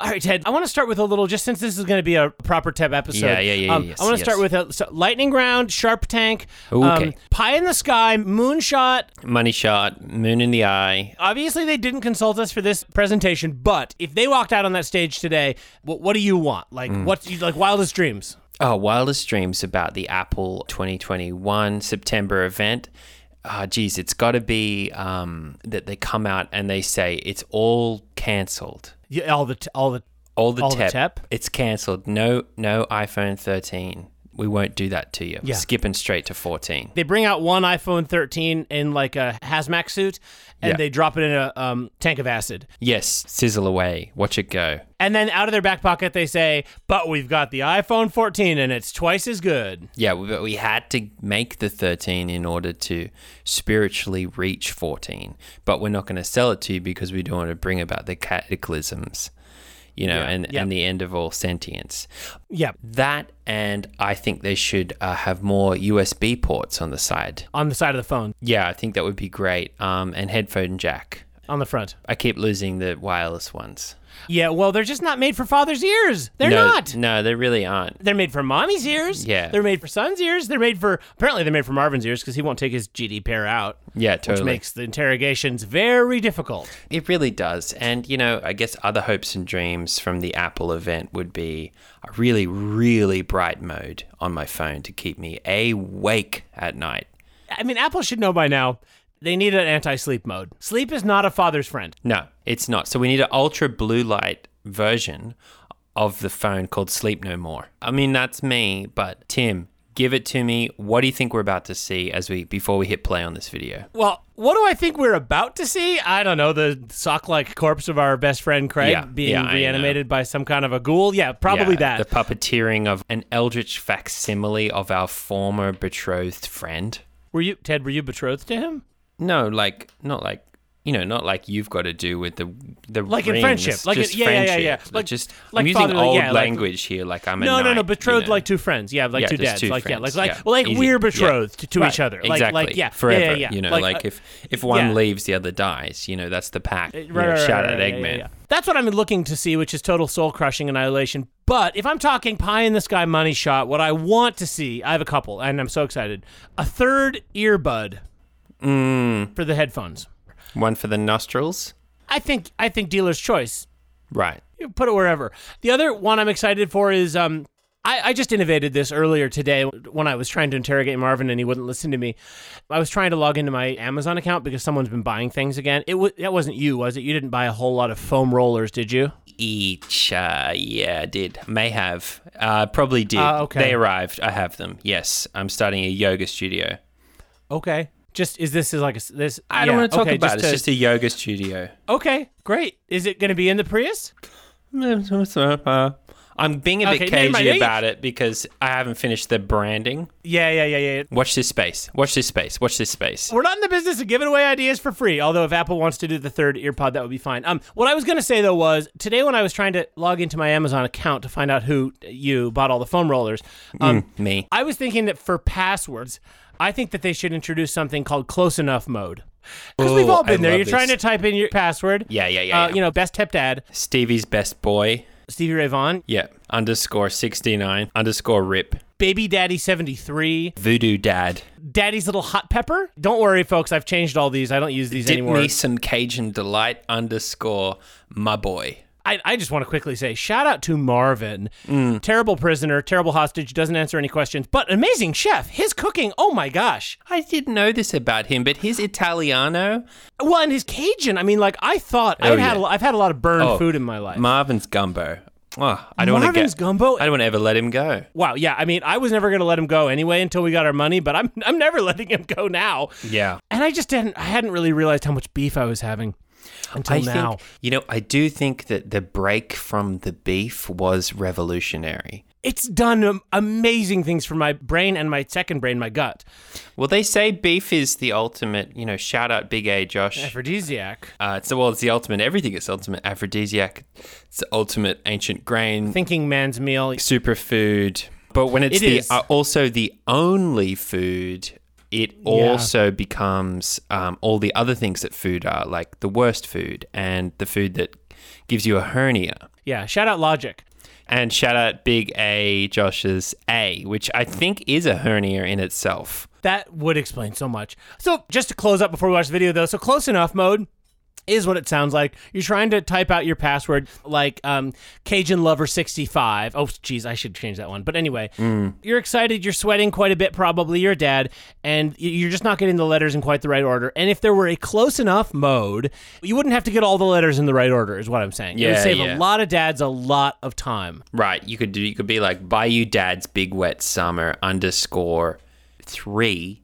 All right, Ted. I want to start with a little, just since this is going to be a proper Teb episode. Yeah, yeah, yeah, um, yes, I want to yes. start with a so, lightning round, Sharp Tank, um, Okay. Pie in the Sky, Moonshot. Money shot, moon in the eye. Obviously, they didn't consult us for this presentation, but if they walked out on that stage today, what, what do you want? Like, Mm. what's you like wildest dreams? Oh, wildest dreams about the Apple 2021 September event. Ah, geez, it's got to be um, that they come out and they say it's all cancelled. Yeah, all the t- all the All the All the tep, tep? it's cancelled. No, no iPhone 13. We won't do that to you. We're Yeah. Skipping straight to 14. they bring out one iPhone 13 in like a hazmat suit, and Yeah. they drop it in a um, tank of acid, Yes, sizzle away. Watch it go. and then out of their back pocket they say, "But we've got the iPhone 14, and it's twice as good." Yeah, but we had to make the 13 in order to spiritually reach 14. But we're not going to sell it to you because we don't want to bring about the cataclysms, you know, and, yeah. and the end of all sentience. Yeah, That, and I think they should uh, have more USB ports on the side. on the side of the phone, Yeah, I think that would be great. Um, and headphone jack. on the front. I keep losing the wireless ones. Yeah, well, they're just not made for father's ears. They're no, not. No, they really aren't. They're made for mommy's ears. Yeah. They're made for son's ears. They're made for apparently they're made for Marvin's ears because he won't take his GD pair out, Yeah, which totally. makes the interrogations very difficult. It really does. And, you know, I guess other hopes and dreams from the Apple event would be a really, really bright mode on my phone to keep me awake at night. I mean, Apple should know by now they need an anti-sleep mode. Sleep is not a father's friend. No, it's not. So we need an ultra blue light version of the phone called Sleep No More. I mean, that's me, but Tim, give it to me. What do you think we're about to see as we before we hit play on this video? Well, what do I think we're about to see? I don't know the sock-like corpse of our best friend Craig Yeah, being yeah, I know. reanimated by some kind of a ghoul. Yeah, probably Yeah, that. the puppeteering of an eldritch facsimile of our former betrothed friend. were you Ted? Were you betrothed to him? No, like not like you know, not like you've got to do with the the Like in ring. friendship. It's Like in- just yeah, yeah, yeah, friendship. yeah. It's Like- just like I'm using fatherly- old yeah, like- language here. Like I'm a No, knight, no, no. you Betrothed know. like two friends. Yeah, like Yeah, two just dads. two like yeah, friends. like like Yeah, well, like easy. we're Yeah. betrothed to Right, each other. Like exactly like yeah, forever. Yeah, yeah, yeah. You know, like, like, uh, if if one yeah. Uh, leaves, the other dies. You know, that's the pact. you know, Right, right, right, shout right, out right, Eggman. yeah, yeah. That's what I'm looking to see, which is total soul crushing annihilation. But if I'm talking pie in the sky money shot, what I want to see, I have a couple, and I'm so excited. A third earbud Mm. for the headphones. One for the nostrils. I think I think dealer's choice. Right. You put it wherever. The other one I'm excited for is um I, I just innovated this earlier today when I was trying to interrogate Marvin and he wouldn't listen to me. I was trying to log into my Amazon account because someone's been buying things again. It was that wasn't you, was it? You didn't buy a whole lot of foam rollers, did you? Each. Uh, yeah, I did. May have. Uh, probably did. Ah, okay. They arrived. I have them. Yes. I'm starting a yoga studio. Okay. Just is this is like a s- this? I don't yeah, want to talk okay, about it. to- It's just a yoga studio. okay, great. Is it going to be in the Prius? I'm being a bit Okay, never cagey mind. Yeah, you- about it because I haven't finished the branding. Yeah, yeah, yeah, yeah. Watch this space. Watch this space. Watch this space. We're not in the business of giving away ideas for free. Although if Apple wants to do the third earpod, that would be fine. Um, what I was going to say though was today when I was trying to log into my Amazon account to find out who you bought all the foam rollers, Mm. um, Me. I was thinking that for passwords, I think that they should introduce something called close enough mode. Because we've Ooh, all I been there. love You're trying to this. type in your password. Yeah, yeah, yeah, Uh, yeah. You know, best stepdad, Stevie's best boy. Stevie Ray Vaughan, Yeah. Underscore 69. Underscore rip. baby daddy 73, Voodoo dad. Daddy's Little Hot Pepper. Don't worry, folks. I've changed all these. I don't use these Dip anymore. me some Cajun delight. Underscore my boy. I, I just want to quickly say shout out to Marvin. Mm. Terrible prisoner, terrible hostage, doesn't answer any questions, but amazing chef. His cooking, oh my gosh. I didn't know this about him, but his Italiano. Well, and his Cajun. I mean, like, I thought I've, had a, Oh, yeah. lo- I've had a lot of burned Oh, food in my life. Marvin's gumbo. Oh, I don't want to get. Marvin's gumbo? I don't want to ever let him go. wow, yeah. I mean, I was never going to let him go anyway until we got our money, but I'm, I'm never letting him go now. Yeah. And I just didn't, I hadn't really realized how much beef I was having until I now. Think, you know, I do think that the break from the beef was revolutionary. it's done um, amazing things for my brain and my second brain, my gut. Well, they say beef is the ultimate, you know, shout out Big A Josh. Aphrodisiac. Uh, it's, well, it's the ultimate everything. It's the ultimate aphrodisiac. It's the ultimate ancient grain, Thinking man's meal. superfood. But when it's It the, is. uh, also the only food, it also becomes um, all the other things that food are, like the worst food and the food that gives you a hernia. Yeah, shout out Logic. And shout out Big A Josh's A, which I think is a hernia in itself. That would explain so much. So, just to close up before we watch the video, though, so close enough mode is what it sounds like. You're trying to type out your password like um, Cajun Lover 65. Oh, geez, I should change that one. But anyway, Mm. you're excited. You're sweating quite a bit, probably. You're dead, and y- you're just not getting the letters in quite the right order. And if there were a close enough mode, you wouldn't have to get all the letters in the right order. Is what I'm saying. it would Yeah, save a yeah. lot of dads a lot of time. Right. You could do you could be like Bayou Dad's Big Wet Summer underscore three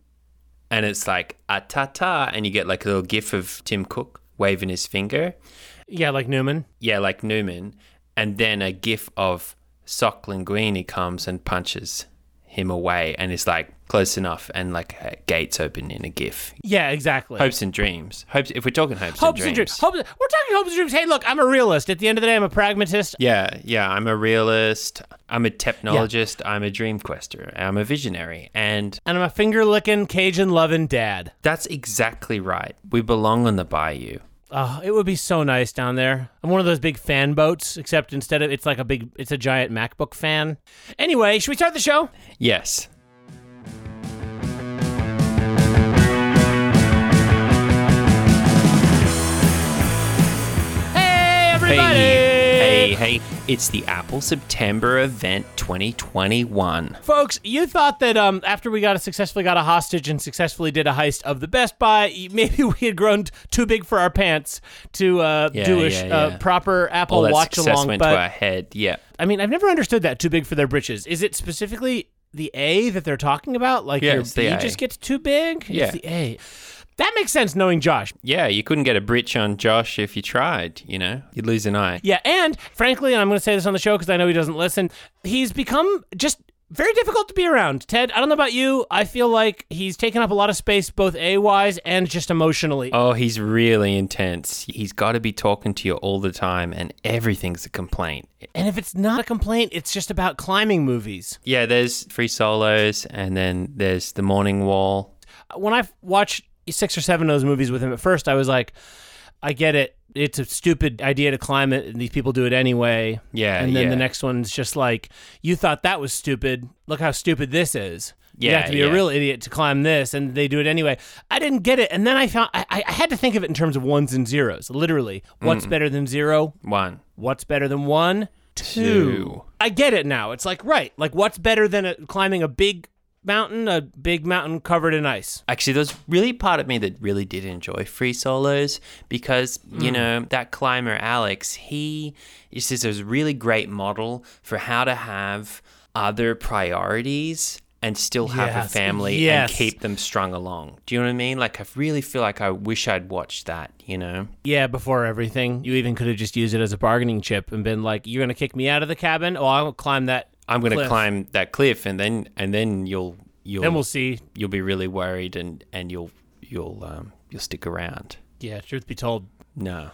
and it's like a ta ta and you get like a little gif of Tim Cook waving his finger. Yeah, like Newman. Yeah, like Newman. And then a gif of Sock Linguini comes and punches him away and is like close enough and like uh, gates open in a gif. Yeah, exactly. Hopes and dreams. Hopes if we're talking hopes, hopes and dreams. Hopes, we're talking hopes and dreams. Hey, look, I'm a realist. At the end of the day, I'm a pragmatist. Yeah, yeah. I'm a realist. I'm a technologist. I'm a dream quester. I'm a visionary. And And I'm a finger licking, Cajun loving dad. that's exactly right. We belong on the bayou. Oh, it would be so nice down there. I'm one of those big fan boats, except instead of it's like a big, it's a giant MacBook fan. Anyway, should we start the show? Yes. Hey, everybody! Hey, hey, hey. It's the Apple September event 2021. Folks, you thought that um, after we got a, successfully got a hostage and successfully did a heist of the Best Buy, y- maybe we had grown t- too big for our pants to uh, Yeah, do a yeah, sh- yeah. Uh, proper Apple All that watch success along. went But to our head. Yeah. I mean, I've never understood that too big for their britches. Is it specifically the A that they're talking about? Like Yeah, your it's the B A. just gets too big? Yeah. It's the A. That makes sense knowing Josh. Yeah, you couldn't get a bridge on Josh if you tried, you know? You'd lose an eye. Yeah, and frankly, and I'm going to say this on the show because I know he doesn't listen, he's become just very difficult to be around. Ted, I don't know about you. I feel like he's taken up a lot of space, both A wise and just emotionally. Oh, he's really intense. He's got to be talking to you all the time, and everything's a complaint. and if it's not a complaint, it's just about climbing movies. Yeah, there's free solos, and then there's the morning wall. when I watched six or seven of those movies with him at first, I was like, I get it. It's a stupid idea to climb it, and these people do it anyway. Yeah, And then yeah. the next one's just like, you thought that was stupid. Look how stupid this is. you Yeah, have to be a yeah. real idiot to climb this, and they do it anyway. I didn't get it, and then I found I, I- I had to think of it in terms of ones and zeros. Literally, what's Mm. better than zero? One. What's better than one? Two. Two. I get it now. It's like right. Like what's better than a, climbing a big mountain? A big mountain covered in ice. Actually, there's really part of me that really did enjoy free solos because, Hmm. you know, that climber Alex, he is just a really great model for how to have other priorities and still have a Yes, family yes. and keep them strung along. Do you know what I mean? Like, I really feel like I wish I'd watched that, you know? Yeah, before everything, you even could have just used it as a bargaining chip and been like, "You're gonna kick me out of the cabin? Oh, I'll climb that. I'm going to cliff. climb that cliff and then, and then you'll, you'll, Then we'll see." you'll be really worried and, and you'll, you'll, um, you'll stick around. Yeah, truth be told. No.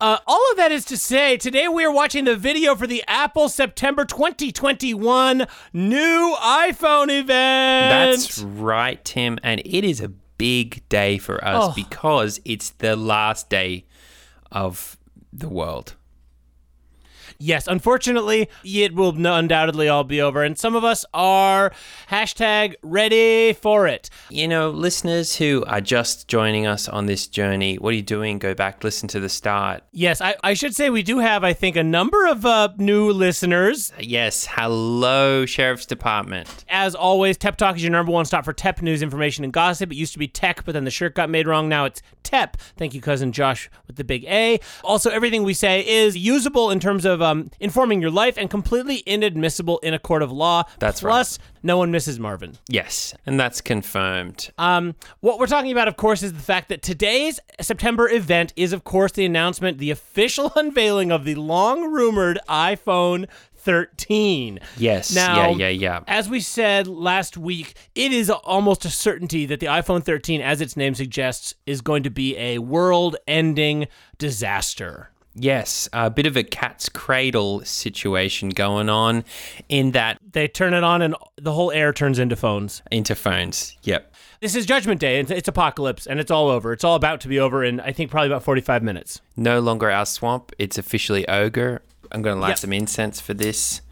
Uh, all of that is to say, today we are watching the video for the Apple September 2021 new iPhone event. That's right, Tim. And it is a big day for us Oh. because it's the last day of the world. Yes, unfortunately, it will no- undoubtedly all be over, and some of us are hashtag ready for it. You know, listeners who are just joining us on this journey, what are you doing? Go back, listen to the start. Yes, I, I should say we do have, I think, a number of uh, new listeners. Yes, hello, Sheriff's Department. As always, Tep Talk is your number one stop for Tep news, information, and gossip. It used to be Tech, but then the shirt got made wrong. Now it's Tep. Thank you, cousin Josh, with the big A. Also, everything we say is usable in terms of um, informing your life and completely inadmissible in a court of law. That's right. Plus, no one misses Marvin. Yes, and that's confirmed. Um, what we're talking about, of course, is the fact that today's September event is, of course, the announcement, the official unveiling of the long rumored iPhone 13. Yes, Now, yeah, yeah, yeah. As we said last week, it is almost a certainty that the iPhone 13, as its name suggests, is going to be a world ending disaster. Yes, a bit of a cat's cradle situation going on in that They turn it on and the whole air turns into phones. interphones. Yep. This is Judgment Day. It's, it's apocalypse and it's all over. It's all about to be over in, I think, probably about 45 minutes. no longer our swamp. It's officially ogre. I'm going to light Yep. some incense for this.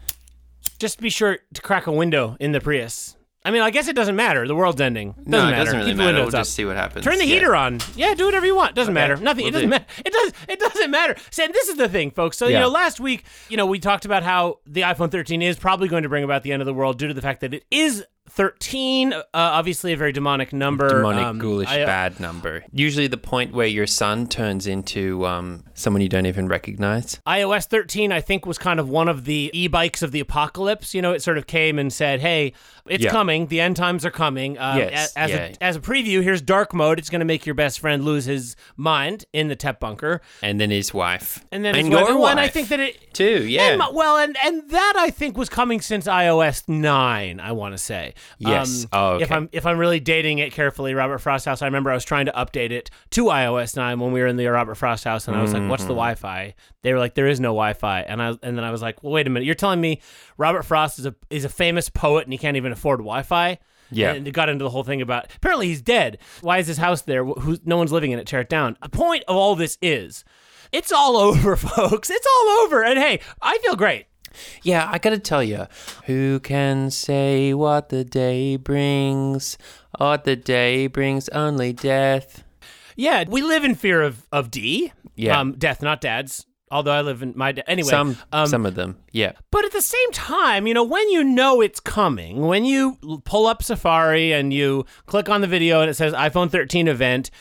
Just be sure to crack a window in the Prius. I mean, I guess it doesn't matter. The world's ending. Doesn't no, matter. it doesn't really Keep the matter. We'll windows up. just see what happens. Turn the Yeah. heater on. Yeah, do whatever you want. Doesn't matter. Nothing. will it doesn't do. matter. It does. It doesn't matter. Sam, this is the thing, folks. So you Yeah. know, last week, you know, we talked about how the iPhone 13 is probably going to bring about the end of the world due to the fact that it is 13. Uh, obviously, a very demonic number. Demonic, Um, ghoulish, I- bad number. Usually the point where your son turns into um, someone you don't even recognize. iOS 13, I think, was kind of one of the e bikes of the apocalypse. You know, it sort of came and said, hey, it's Yeah. coming. The end times are coming. Uh, Yes, a- as, yeah. a, as a preview, here's dark mode. It's going to make your best friend lose his mind in the tep bunker. And then his wife. And then and it's your wife. one, I think that it. Too, yeah. And my- well, and and that I think was coming since iOS nine. I want to say Um, Yes. Oh, okay. If I'm if I'm really dating it carefully, Robert Frost House. I remember I was trying to update it to iOS nine when we were in the Robert Frost House, and I was like, "What's the Wi-Fi?" They were like, "There is no Wi-Fi," and I and then I was like, "Well, wait a minute. You're telling me Robert Frost is a is a famous poet and he can't even afford Wi-Fi?" Yeah. And it got into the whole thing about apparently he's dead. Why is his house there? Wh- Who's no one's living in it? Tear it down. The point of all this is. It's all over, folks. It's all over. And hey, I feel great. Yeah, I gotta tell you, who can say what the day brings? What the day brings only death. Yeah, we live in fear of of D. Yeah. um, death, not dads. Although I live in my da- anyway. Some, um, some of them. Yeah, But at the same time, you know, when you know it's coming, when you l- pull up Safari and you click on the video and it says iPhone 13 event,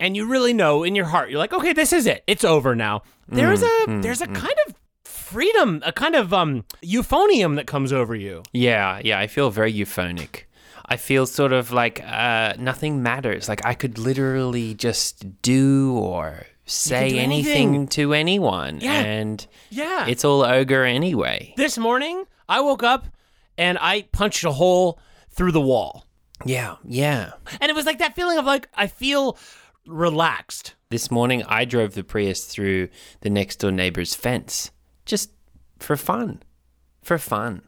and you really know in your heart, you're like, okay, this is it. It's over now. Mm, There's a hmm, there's a kind of freedom, a kind of um euphonium that comes over you. yeah, yeah. I feel very euphonic. I feel sort of like uh, nothing matters. Like I could literally just do or say do anything. anything. to anyone, Yeah. Ah. and Yeah. it's all ogre anyway. this morning, I woke up and I punched a hole through the wall. Yeah, yeah. And it was like that feeling of like I feel relaxed. This morning, I drove the Prius through the next door neighbor's fence just for fun. For fun.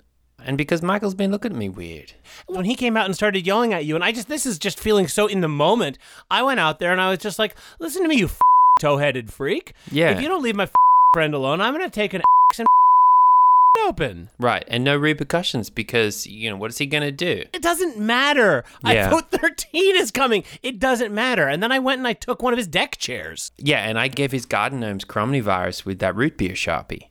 And because Michael's been looking at me weird. When he came out and started yelling at you, and I just this is just feeling so in the moment. I went out there and I was just like, "Listen to me, you f- toe-headed freak! Yeah. if you don't leave my f- friend alone, I'm gonna take an axe and f- open." Right. And no repercussions because, you know, what is he going to do? It doesn't matter. Yeah. iPhone 13 is coming. It doesn't matter. And then I went and I took one of his deck chairs. Yeah. And I gave his garden gnomes coronavirus with that root beer sharpie.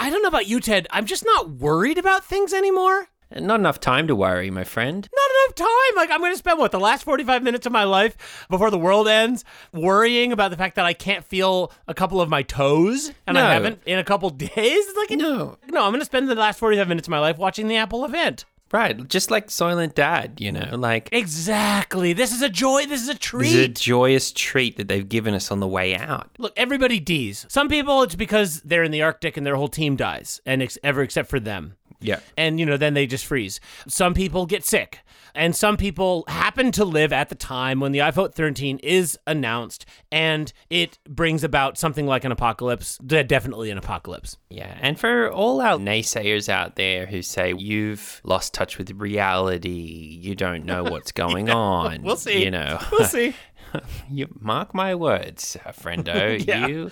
I don't know about you, Ted. I'm just not worried about things anymore. And not enough time to worry, my friend. not enough time. Like I'm going to spend what the last 45 minutes of my life before the world ends worrying about the fact that I can't feel a couple of my toes and No. I haven't in a couple days. It's like No. no, I'm going to spend the last 45 minutes of my life watching the Apple event. Right. Just like Soylent Dad, you know, like Exactly. This is a joy. This is a treat. it's a joyous treat that they've given us on the way out. Look, everybody D's. Some people, it's because they're in the Arctic and their whole team dies, and ex- ever except for them. Yeah. and you know then they just freeze some people get sick and some people happen to live at the time when the iphone 13 is announced and it brings about something like an apocalypse de- definitely an apocalypse Yeah, and for all our naysayers out there who say you've lost touch with reality, you don't know what's going on. we'll see. You know, we'll see you mark my words, uh, friendo. Yeah. You,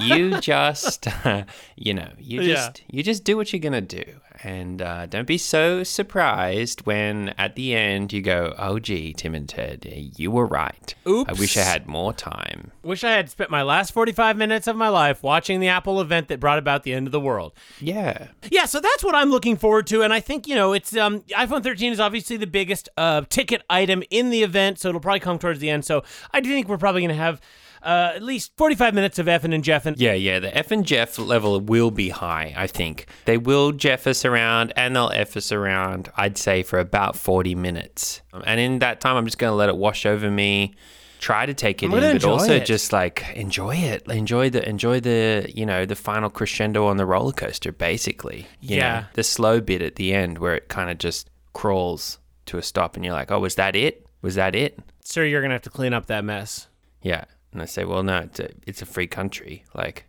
you just, uh, you know, you Yeah. just, you just do what you're gonna do, and uh, don't be so surprised when at the end you go, "Oh, gee, Tim and Ted, you were right. I wish I Oops. had more time." wish i had spent my last 45 minutes of my life watching the apple event that brought about the end of the world Yeah. Yeah, so that's what I'm looking forward to, and I think you know it's um, iPhone 13 is obviously the biggest uh, ticket item in the event, so it'll probably come towards the end. So I do think we're probably going to have uh, at least 45 minutes of effing and jeffin. Yeah, yeah. The F and Jeff level will be high, I think. They will Jeff us around and they'll F us around, I'd say, for about 40 minutes. And in that time, I'm just going to let it wash over me. Try to take it in, gonna but enjoy also it. just like enjoy it, enjoy the enjoy the you know the final crescendo on the roller coaster, basically. you know, Yeah. the slow bit at the end where it kind of just crawls to a stop, and you're like, oh, was that it? Was that it? Sir, you're going to have to clean up that mess. Yeah. And I say, well, no, it's a, it's a free country. Like,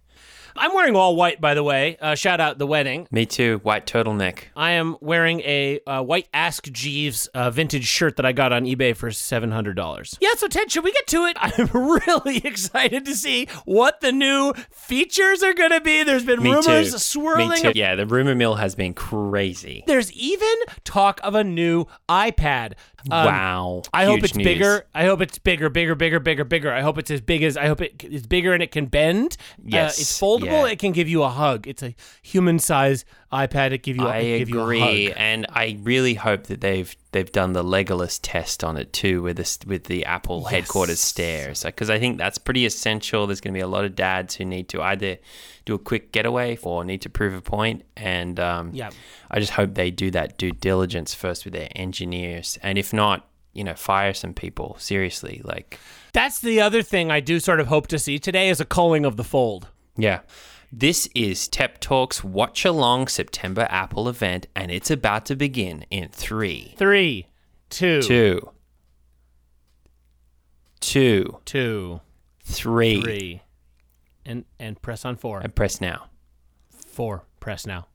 I'm wearing all white, by the way. Uh, shout out the wedding. Me too. White turtleneck. I am wearing a uh, white Ask Jeeves uh, vintage shirt that I got on eBay for $700. Yeah, so Ted, should we get to it? I'm really excited to see what the new features are going to be. There's been Me rumors too. swirling. Me too. Yeah, the rumor mill has been crazy. There's even talk of a new iPad. Um, wow. I hope Huge it's news. bigger. I hope it's bigger, bigger, bigger, bigger, bigger. I hope it's as big as I hope it is bigger and it can bend. Uh, Yes, it's foldable. yeah. It can give you a hug. It's a human size iPad. It give you. I it give you a agree, hug. and I really hope that they've they've done the Legolas test on it too, with this with the Apple headquarters stairs, because I think that's pretty essential. There's going to be a lot of dads who need to either do a quick getaway or need to prove a point, and um, Yeah. I just hope they do that due diligence first with their engineers, and if not, you know, fire some people seriously, like That's the other thing I do sort of hope to see today is a culling of the fold. Yeah. This is Tep Talk's Watch Along September Apple event, and it's about to begin in three, Three, two, two, two, two, two, three. three, and and press on four. And press now. Four. Press now.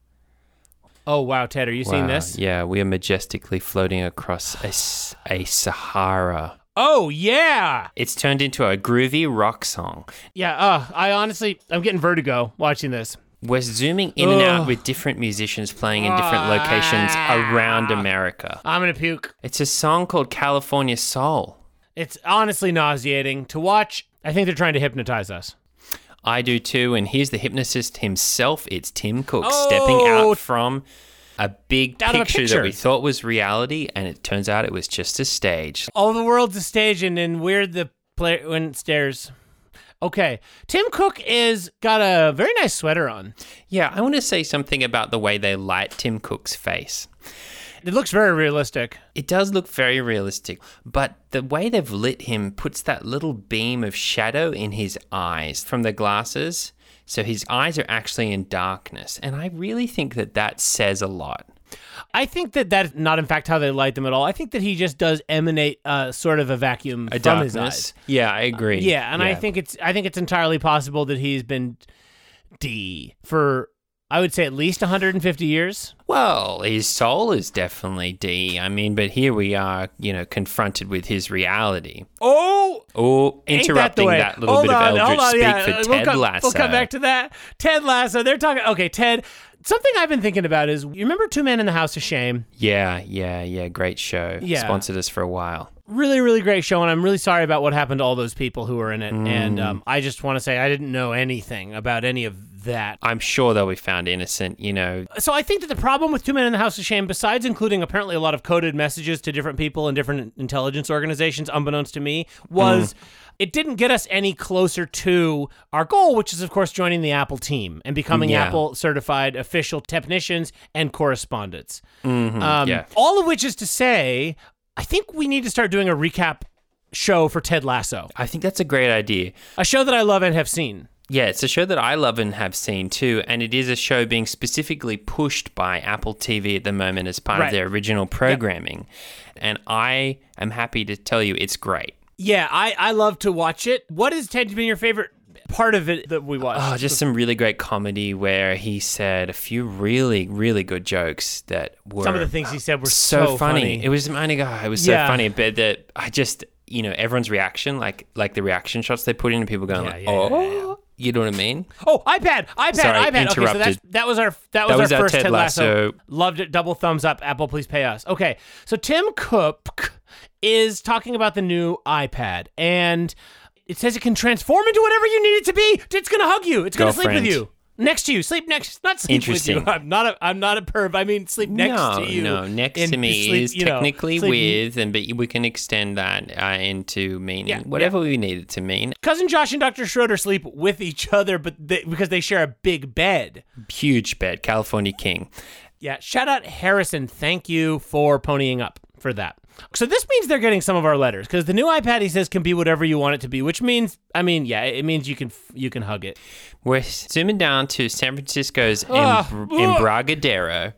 Oh wow, Ted, are you seeing Wow, this? Yeah, we are majestically floating across a, s- a Sahara. Oh yeah. It's turned into a groovy rock song. Yeah, uh, I honestly, I'm getting vertigo watching this. We're zooming in and out Ugh. with different musicians playing in different locations around Ah. America. I'm gonna puke. It's a song called California Soul. It's honestly nauseating to watch. I think they're trying to hypnotize us. I do too. And here's the hypnotist himself. It's Tim Cook Oh! stepping out from a big Out of a picture, picture. that we thought was reality, and it turns out it was just a stage. All the world's a stage, and then we're the player when stairs. Okay, Tim Cook is got a very nice sweater on. Yeah, I want to say something about the way they light Tim Cook's face. It looks very realistic. It does look very realistic, but the way they've lit him puts that little beam of shadow in his eyes from the glasses. So his eyes are actually in darkness. And I really think that that says a lot. I think that that's not, in fact, how they light them at all. I think that he just does emanate uh, sort of a vacuum A from his eyes. darkness. Yeah, I agree. Yeah, and I think it's I think it's entirely possible that he's been D for I would say at least 150 years. Well, his soul is definitely D. I mean, but here we are, you know, confronted with his reality. Oh, Oh, interrupting that, little bit of eldritch speak for uh, we'll Ted come, Lasso. We'll come back to that. Ted Lasso. They're talking. Okay, Ted. Something I've been thinking about is you remember Two Men in the House of Shame? yeah, yeah, yeah. Great show. Yeah. Sponsored us for a while. Really, really great show, and I'm really sorry about what happened to all those people who were in it. And Mm. um, I just want to say I didn't know anything about any of that. I'm sure they'll be found innocent, you know. so I think that the problem with Two Men in the House of Shame, besides including apparently a lot of coded messages to different people and different intelligence organizations, unbeknownst to me, was it didn't get us any closer to our goal, which is of course joining the Apple team and becoming Yeah. Apple certified official technicians and correspondents. Um, yeah. All of which is to say, I think we need to start doing a recap show for Ted Lasso, I think that's a great idea. a show that I love and have seen. Yeah, it's a show that I love and have seen too, and it is a show being specifically pushed by Apple TV at the moment as part Right. of their original programming. And I am happy to tell you it's great. Yeah, I, I love to watch it. What has Ted been your favorite part of it that we watched? Oh, just some really great comedy where he said a few really, really good jokes that were some of the things he said were so, so, funny. It was my God, it was Yeah. so funny. But that I just you know everyone's reaction, like like the reaction shots they put in, and people going like, yeah, yeah, oh, you know what I mean? oh, iPad, iPad, Sorry, iPad. Okay, so that's, interrupted. that was our that was, That was our our first Ted Ted Lasso. Lasso. Loved it. Double thumbs up. Apple, please pay us. Okay, so Tim Cook is talking about the new iPad, and it says it can transform into whatever you need it to be. It's gonna hug you. It's gonna sleep Girlfriend. with you. Next to you, sleep next. Not sleep with Interesting. you. I'm not a. I'm not a perv. I mean, sleep next no, to you. no, next and to me sleep, is you know, technically sleep with, and but we can extend that uh, into meaning Yeah, whatever we need it to mean. Cousin Josh and Dr. Schroeder sleep with each other, but they, because they share a big bed. Huge bet, California King. Yeah, shout out Harrison. Thank you for ponying up for that. So this means they're getting some of our letters because the new iPad he says can be whatever you want it to be, which means I mean yeah, it means you can f- you can hug it. We're zooming down to San Francisco's Ah, Embr- ugh. Embragadero,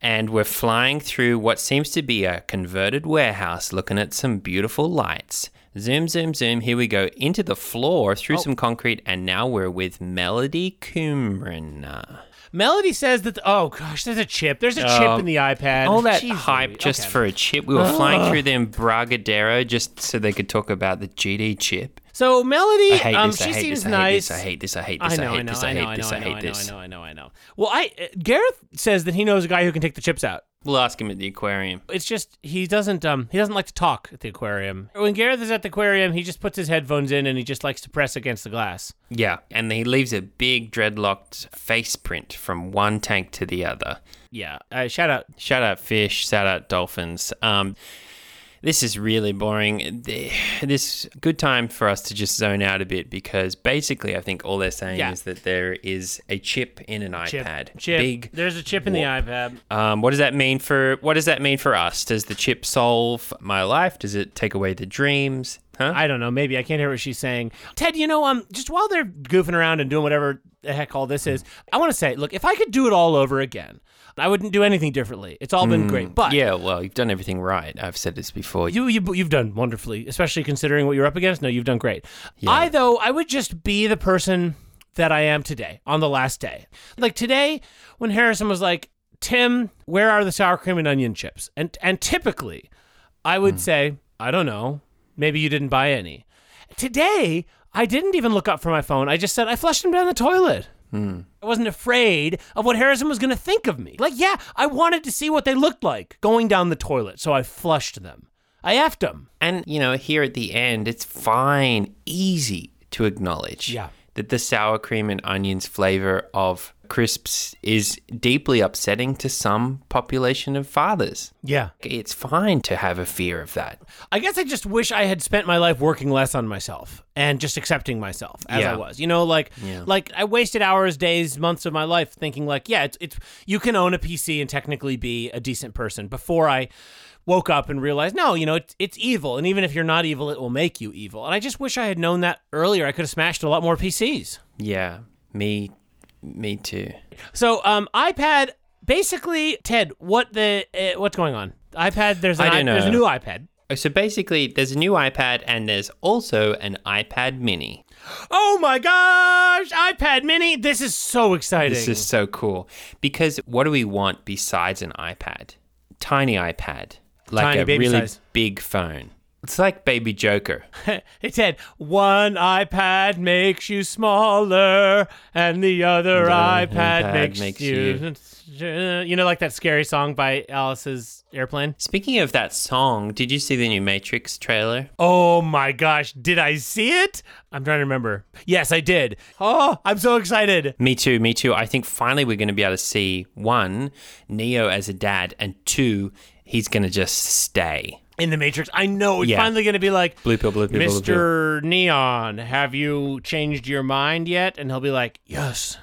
and we're flying through what seems to be a converted warehouse looking at some beautiful lights. Zoom, zoom, zoom. Here we go. Into the floor, Oh. through some concrete, and now we're with Melody Kumrina. Melody says that. oh gosh, there's a chip. There's a Oh. chip in the iPad. All that Jeez hype Louise. just Okay. Ah. for a chip. We were flying through them Bragadero just so they could talk about the GD chip. So Melody, I hate um, this. she I hate seems this. I hate nice. this. I hate this. I hate I this. know, I I know, hate this. I I know, I know, hate this. I I know, hate I know, I this. know, I know, I know. Well, I uh, Gareth says that he knows a guy who can take the chips out. We'll ask him at the aquarium. It's just he doesn't um he doesn't like to talk at the aquarium. When Gareth is at the aquarium, he just puts his headphones in and he just likes to press against the glass. Yeah, and he leaves a big dreadlocked face print from one tank to the other. Yeah. Uh, shout out. Shout out fish, shout out dolphins. Um, this is really boring. The- This good time for us to just zone out a bit because basically, I think all they're saying Yeah. is that there is a chip in an Chip. iPad. Chip. Big. There's a chip in the iPad. Um, what does that mean for what does that mean for us? Does the chip solve my life? Does it take away the dreams? Huh? I don't know. Maybe I can't hear what she's saying. Ted, you know, um, just while they're goofing around and doing whatever the heck all this is, I want to say, look, if I could do it all over again, I wouldn't do anything differently. It's all been great, but yeah, well, you've done everything right. I've said this before. You, you you've done wonderfully, especially considering what you're up against. No, you've done great. I though I would just be the person that I am today on the last day. Like today, when Harrison was like, "Tim, where are the sour cream and onion chips?" and and typically, I would say, "I don't know. Maybe you didn't buy any." Today, I didn't even look up for my phone. I just said I flushed them down the toilet. I wasn't afraid of what Harrison was going to think of me. Like, yeah, I wanted to see what they looked like going down the toilet, so I flushed them. I effed them. And, you know, here at the end, it's fine, easy to acknowledge Yeah. that the sour cream and onions flavor of crisps is deeply upsetting to some population of fathers. Yeah. It's fine to have a fear of that. I guess I just wish I had spent my life working less on myself and just accepting myself as I Yeah. was. You know, like like I wasted hours, days, months of my life thinking like, yeah, it's it's you can own a PC and technically be a decent person before I woke up and realized, no, you know, it's it's evil and even if you're not evil, it will make you evil. And I just wish I had known that earlier. I could have smashed a lot more PCs. Yeah, me, me too. So, um, iPad. Basically, Ted, what the uh, what's going on? iPad. There's an I don't i- there's a know. new iPad. So basically, there's a new iPad and there's also an iPad mini. Oh my gosh! iPad Mini. This is so exciting. This is so cool because what do we want besides an iPad? Tiny iPad, like Tiny a baby really size. big phone. It's like Baby Joker. hey Ted, one iPad makes you smaller, and the other iPad, iPad makes, makes you. You know, like that scary song by Alice's Airplane. Speaking of that song, did you see the new Matrix trailer? Oh my gosh! Did I see it? I'm trying to remember. Yes, I did. Oh, I'm so excited. Me too, me too. I think finally we're going to be able to see one, Neo as a dad, and two, he's going to just stay. in the Matrix. I know it's Yeah. finally going to be like Blue pill, blue pill, blue pill. Mr. Neon, have you changed your mind yet? And he'll be like, "Yes.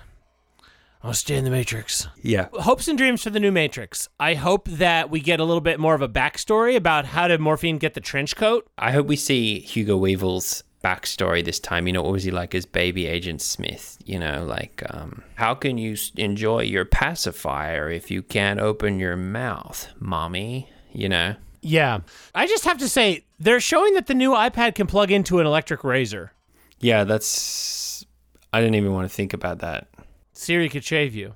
I'll stay in the Matrix." Yeah. Hopes and dreams for the new Matrix. I hope that we get a little bit more of a backstory about how did Morphine get the trench coat. I hope we see Hugo Weevil's backstory this time. You know, what was he like as baby Agent Smith? You know, like, um, how can you s- enjoy your pacifier if you can't open your mouth, mommy? You know? Yeah. I just have to say they're showing that the new iPad can plug into an electric razor. Yeah, that's. I didn't even want to think about that. Siri could shave you.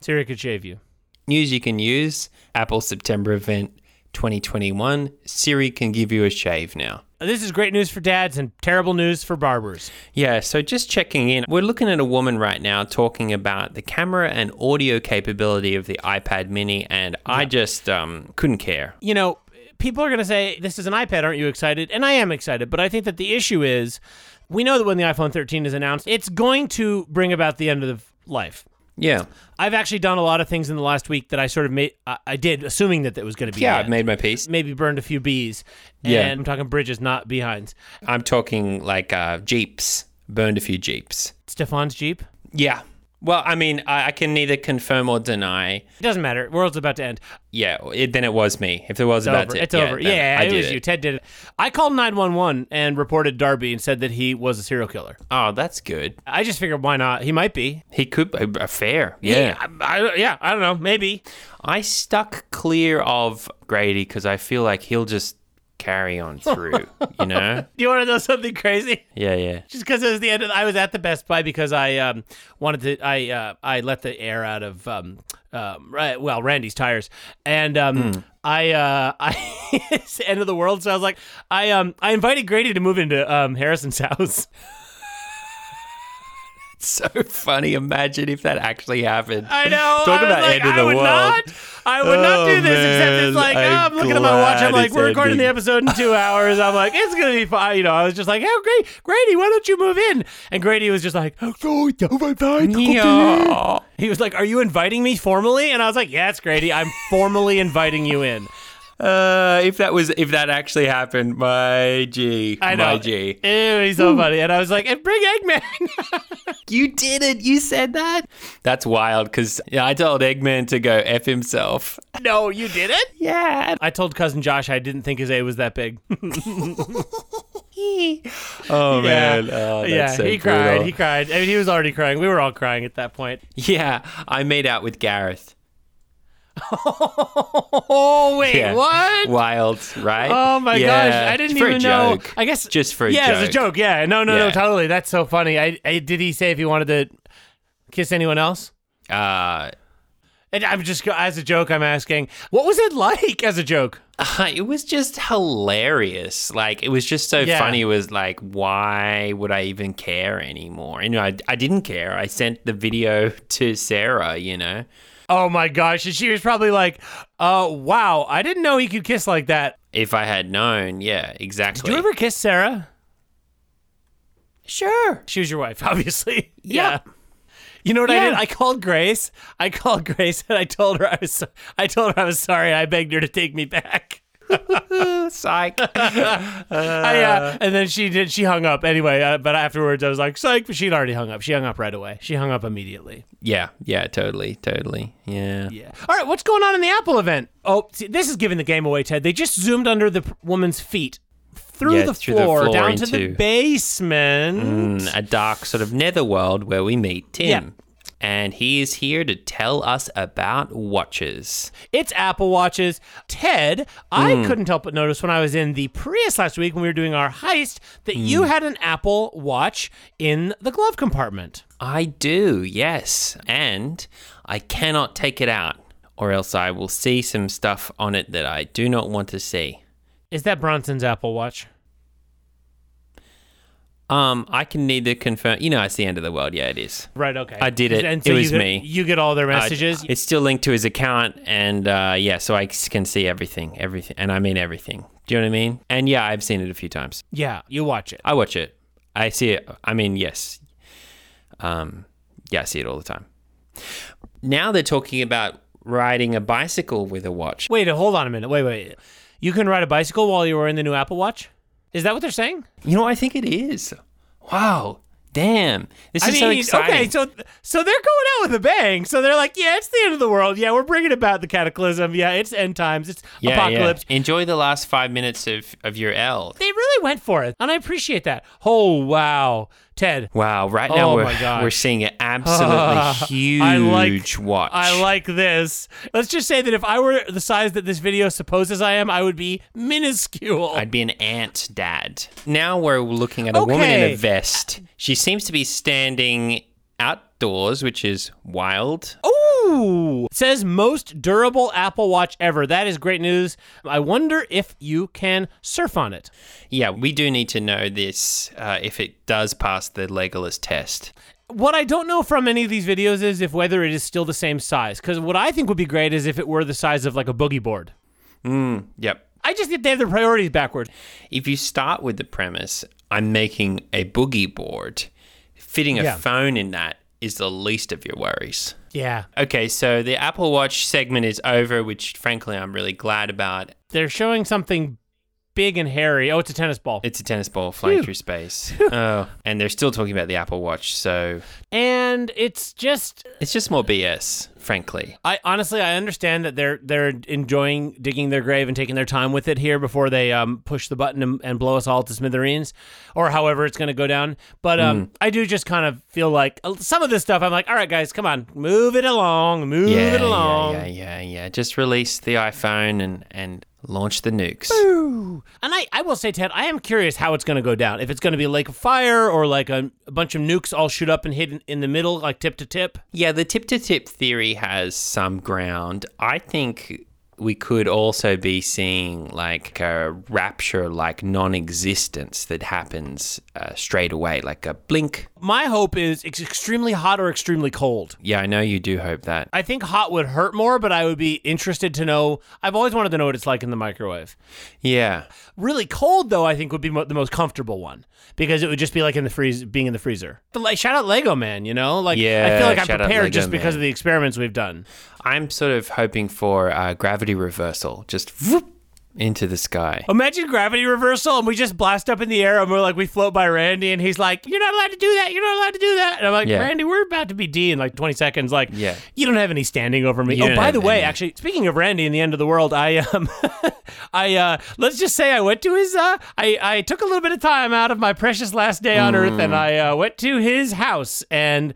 Siri could shave you. News you can use Apple September event 2021. Siri can give you a shave now. This is great news for dads and terrible news for barbers. Yeah, so just checking in, we're looking at a woman right now talking about the camera and audio capability of the iPad mini, and I just um, couldn't care. you know, people are going to say, this is an iPad, aren't you excited? And I am excited, but I think that the issue is we know that when the iPhone 13 is announced, it's going to bring about the end of the life. Yeah. I've actually done a lot of things in the last week that I sort of made, I, I did, assuming that that was going to be. Yeah, the I've end. made my piece. Maybe burned a few bees. And Yeah. I'm talking bridges, not behinds. I'm talking like uh, Jeeps, burned a few Jeeps. Stefan's Jeep. Yeah. Well, I mean, I, I can neither confirm or deny. It doesn't matter. World's about to end. Yeah, it, then it was me. If it was It's about over. to- It's over. then Yeah, I it did was it. you. Ted did it. I called 911 and reported Darby and said that he was a serial killer. Oh, that's good. I just figured, why not? He might be. He could a fair. Yeah, I, I- yeah, I don't know. Maybe. I stuck clear of Grady because I feel like he'll just carry on through, you know? Do you want to know something crazy? Yeah, yeah. Just because it was the end of, I was at the Best Buy because I um, wanted to, I uh, I let the air out of, um, um, right, well, Randy's tires. And um, I, uh, I, it's the end of the world. So I was like, I um, I invited Grady to move into um, Harrison's house. So funny. Imagine if that actually happened. I know. I was Talk about like, end of I the would world. Not, I would not Oh, do this except man, it's like I'm oh, I'm looking at my watch. I'm glad like, it's we're recording the ending. episode in two hours. I'm like, it's gonna be fine. You know, I was just like, oh great, Grady, why don't you move in? And Grady was just like, oh, fine, fine, fine, okay. Yeah. he was like, are you inviting me formally? And I was like, yes, Grady, I'm formally inviting you in. Uh, if that was if that actually happened, my G, I know. my G, Ew, he's so funny. And I was like, and bring Eggman. you did it. You said that. That's wild. Because I told Eggman to go f himself. no, you didn't. Yeah. I told cousin Josh I didn't think his A was that big. Oh man. Oh, that's yeah, so he brutal. cried. He cried. I mean, he was already crying. We were all crying at that point. Yeah, I made out with Gareth. Oh wait, Yeah. what? Wild, right? Oh my Yeah. gosh, I didn't For a even know. joke. I guess just for a yeah, joke. it's a joke. Yeah, no, no, no, Yeah. totally. That's so funny. I, I did he say if he wanted to kiss anyone else? Uh, And I'm just as a joke. I'm asking, what was it like as a joke? it was just hilarious. Like it was just so Yeah. funny. It was like, why would I even care anymore? You know, I, I didn't care. I sent the video to Sarah. You know, Oh my gosh, and she was probably like, "Uh, wow, I didn't know he could kiss like that." if I had known, yeah, exactly. Do you ever kiss Sarah? Sure. She was your wife, obviously. Yeah. You know what I Yeah. did? I called Grace. I called Grace and I told her I was. So- I told her I was sorry. I begged her to take me back. Psych. I, uh, and then she did. She hung up anyway. Uh, but afterwards, I was like, "Psych!" But she'd already hung up. She hung up right away. She hung up immediately. yeah, yeah, totally, totally. Yeah. Yeah. All right. What's going on in the Apple event? Oh, see, this is giving the game away, Ted. They just zoomed under the p- woman's feet, through, Yeah, the, through the floor, floor down to the into- basement. Mm, a dark sort of netherworld where we meet Tim. Yeah. And he is here to tell us about watches. It's Apple Watches. Ted, I Hmm. couldn't help but notice when I was in the Prius last week when we were doing our heist that you Hmm. had an Apple Watch in the glove compartment. I do, yes. And I cannot take it out, or else I will see some stuff on it that I do not want to see. Is that Bronson's Apple Watch? Um, I can neither confirm. You know, it's the end of the world. Yeah, it is. Right, okay. I did it. And It you was get- me. You get all their Uh, messages. it's still linked to his account, and uh, yeah, so I c- can see everything, everything, and I mean everything. Do you know what I mean? And yeah, I've seen it a few times. yeah, you watch it. I watch it. I see it. I mean, yes. Um, yeah, I see it all the time. Now they're talking about riding a bicycle with a watch. Wait, hold on a minute. Wait, wait. You can ride a bicycle while you were in the new Apple Watch? Is that what they're saying? You know, I think it is. Wow. Damn. This I is so mean, exciting. okay, so so they're going out with a bang. So they're like, yeah, it's the end of the world. Yeah, we're bringing about the cataclysm. Yeah, it's end times. It's yeah, apocalypse. yeah. Enjoy the last five minutes of, of your L. They really went for it, and I appreciate that. Oh wow, Ted, Wow. Right now Oh we're, my God. we're seeing an absolutely huge I like- watch. I like this. Let's just say that if I were the size that this video supposes I am, I would be minuscule. I'd be an ant dad. Now we're looking at a woman in Okay. a vest. She seems to be standing outdoors, which is wild. Oh. Ooh, It says most durable Apple Watch ever. That is great news. I wonder if you can surf on it. Yeah, we do need to know this uh, if it does pass the Legolas test. What I don't know from any of these videos is if whether it is still the same size. Because what I think would be great is if it were the size of like a boogie board. Yep. I just think they have their priorities backwards. If you start with the premise, I'm making a boogie board, fitting a Yeah. phone in that is the least of your worries. Yeah. Okay, so the Apple Watch segment is over, which frankly I'm really glad about. They're showing something big and hairy. Oh, it's a tennis ball. It's a tennis ball flying through space. oh, and they're still talking about the Apple Watch, so and it's just it's just more BS, frankly. I honestly I understand that they're they're enjoying digging their grave and taking their time with it here before they um, push the button and, and blow us all to smithereens or however it's going to go down. But um, Mm. I do just kind of feel like uh, some of this stuff I'm like, all right, guys, come on, move it along, move Yeah, it along. yeah, yeah, yeah, yeah. Just release the iPhone and and launch the nukes. Ooh. And I, I will say, Ted, I am curious how it's going to go down. If it's going to be a lake of fire or like a, a bunch of nukes all shoot up and hit in, in the middle, like tip to tip. Yeah, the tip to tip theory has some ground. I think we could also be seeing like a rapture like non existence that happens uh, straight away, like a blink. My hope is it's extremely hot or extremely cold. Yeah, I know you do hope that. I think hot would hurt more, but I would be interested to know. I've always wanted to know what it's like in the microwave. Yeah. Really cold, though, I think would be mo- the most comfortable one because it would just be like in the freeze, being in the freezer. But, like, shout out Lego Man, you know, like I Yeah, feel like I'm shout out prepared Lego just because Man. of the experiments we've done. I'm sort of hoping for uh, gravity reversal, just vroom, into the sky. Imagine gravity reversal and we just blast up in the air and we're like, we float by Randy and he's like, you're not allowed to do that. You're not allowed to do that. And I'm like, Yeah. Randy, we're about to be D in like 20 seconds. Like, Yeah. you don't have any standing over me. You oh, don't by have the way, any. actually, speaking of Randy and the end of the world, I, um, I, uh, let's just say I went to his, uh, I, I took a little bit of time out of my precious last day on earth Mm. and I, uh, went to his house and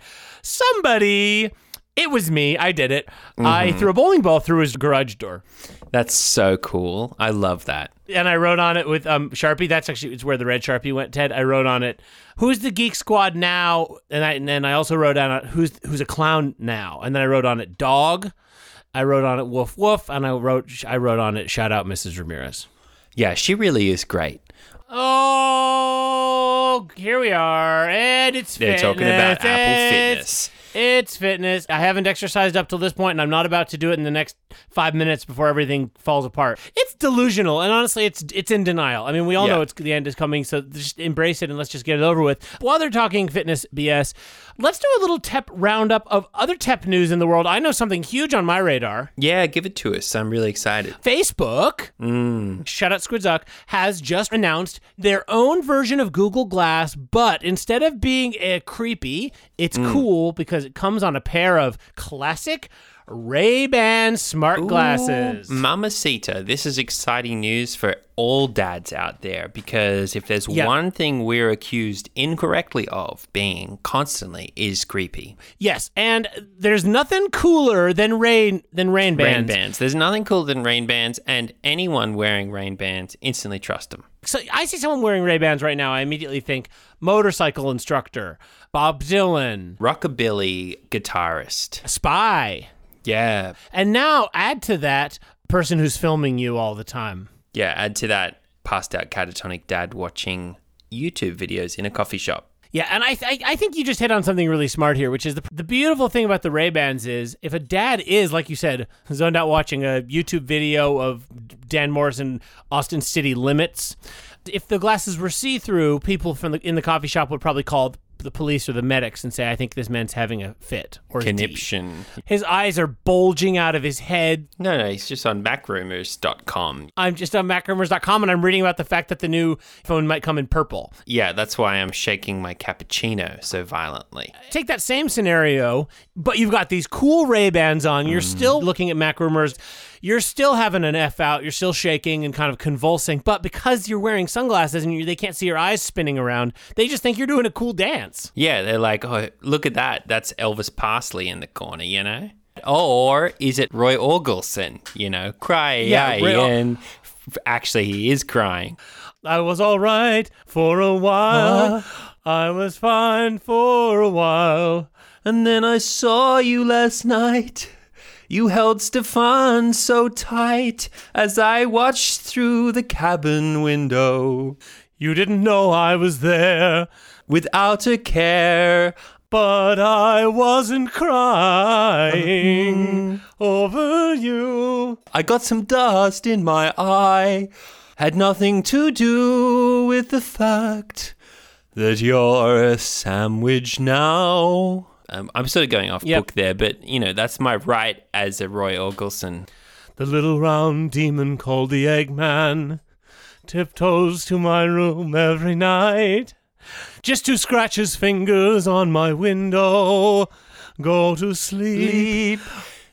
somebody, it was me. I did it. I Mm-hmm. threw a bowling ball through his garage door That's so cool. I love that. and I wrote on it with um Sharpie. That's actually it's where the red Sharpie went, Ted. I wrote on it, "Who's the Geek Squad now?" And I and then I also wrote down on who's who's a clown now. And then I wrote on it, "Dog." I wrote on it, "Woof woof," and I wrote I wrote on it, "Shout out Mrs. Ramirez." Yeah, she really is great. Oh, here we are, and it's They're fitness. talking about Apple It's- Fitness. It's fitness. I haven't exercised up till this point, and I'm not about to do it in the next five minutes before everything falls apart. It's delusional, and honestly, it's it's in denial. I mean, we all Yeah. know it's the end is coming, so just embrace it and let's just get it over with. While they're talking fitness BS, let's do a little TEP roundup of other TEP news in the world. I know something huge on my radar. Yeah, give it to us. I'm really excited. Facebook, shout out Squidzuck, has just announced their own version of Google Glass, but instead of being uh, creepy, it's cool because it comes on a pair of classic Ray-Ban smart glasses. Mm. Mamacita, this is exciting news for all dads out there because if there's Yeah. one thing we're accused incorrectly of being constantly is creepy. Yes, and there's nothing cooler than rain than rain Rain bands. bands. There's nothing cooler than rain bands, and anyone wearing rain bands instantly trust them. So I see someone wearing Ray-Bans right now, I immediately think motorcycle instructor, Bob Dylan, Rockabilly guitarist. spy. Yeah. And now add to that person who's filming you all the time. Yeah. Add to that passed out catatonic dad watching YouTube videos in a coffee shop. Yeah, and I, I I think you just hit on something really smart here, which is the, the beautiful thing about the Ray Bans is if a dad is like you said zoned out watching a YouTube video of Dan Morrison Austin City Limits, if the glasses were see through, people from the in the coffee shop would probably call the police or the medics and say, "I think this man's having a fit or a D." Conniption. His eyes are bulging out of his head. No, no, he's just on macrumors.com. I'm just on macrumors.com and I'm reading about the fact that the new phone might come in purple. Yeah, that's why I'm shaking my cappuccino so violently. Take that same scenario, but you've got these cool Ray Bans on. You're still looking at Mac rumors. You're still having an F out. You're still shaking and kind of convulsing. But because you're wearing sunglasses and you, they can't see your eyes spinning around, they just think you're doing a cool dance. Yeah, they're like, oh, look at that. That's Elvis Parsley in the corner, you know? Or is it Roy Orgelson, you know, crying? Yeah, Roy Or- and f- actually, he is crying. I was all right for a while. I was fine for a while. And then I saw you last night. You held Stefan so tight as I watched through the cabin window. You didn't know I was there, Without a care, but I wasn't crying over you. I got some dust in my eye. Had nothing to do with the fact that you're a sandwich now. Um, I'm sort of going off Yep. book there, but you know, that's my right as a Roy Orgelson. The little round demon called the Eggman tiptoes to my room every night just to scratch his fingers on my window. Go to sleep,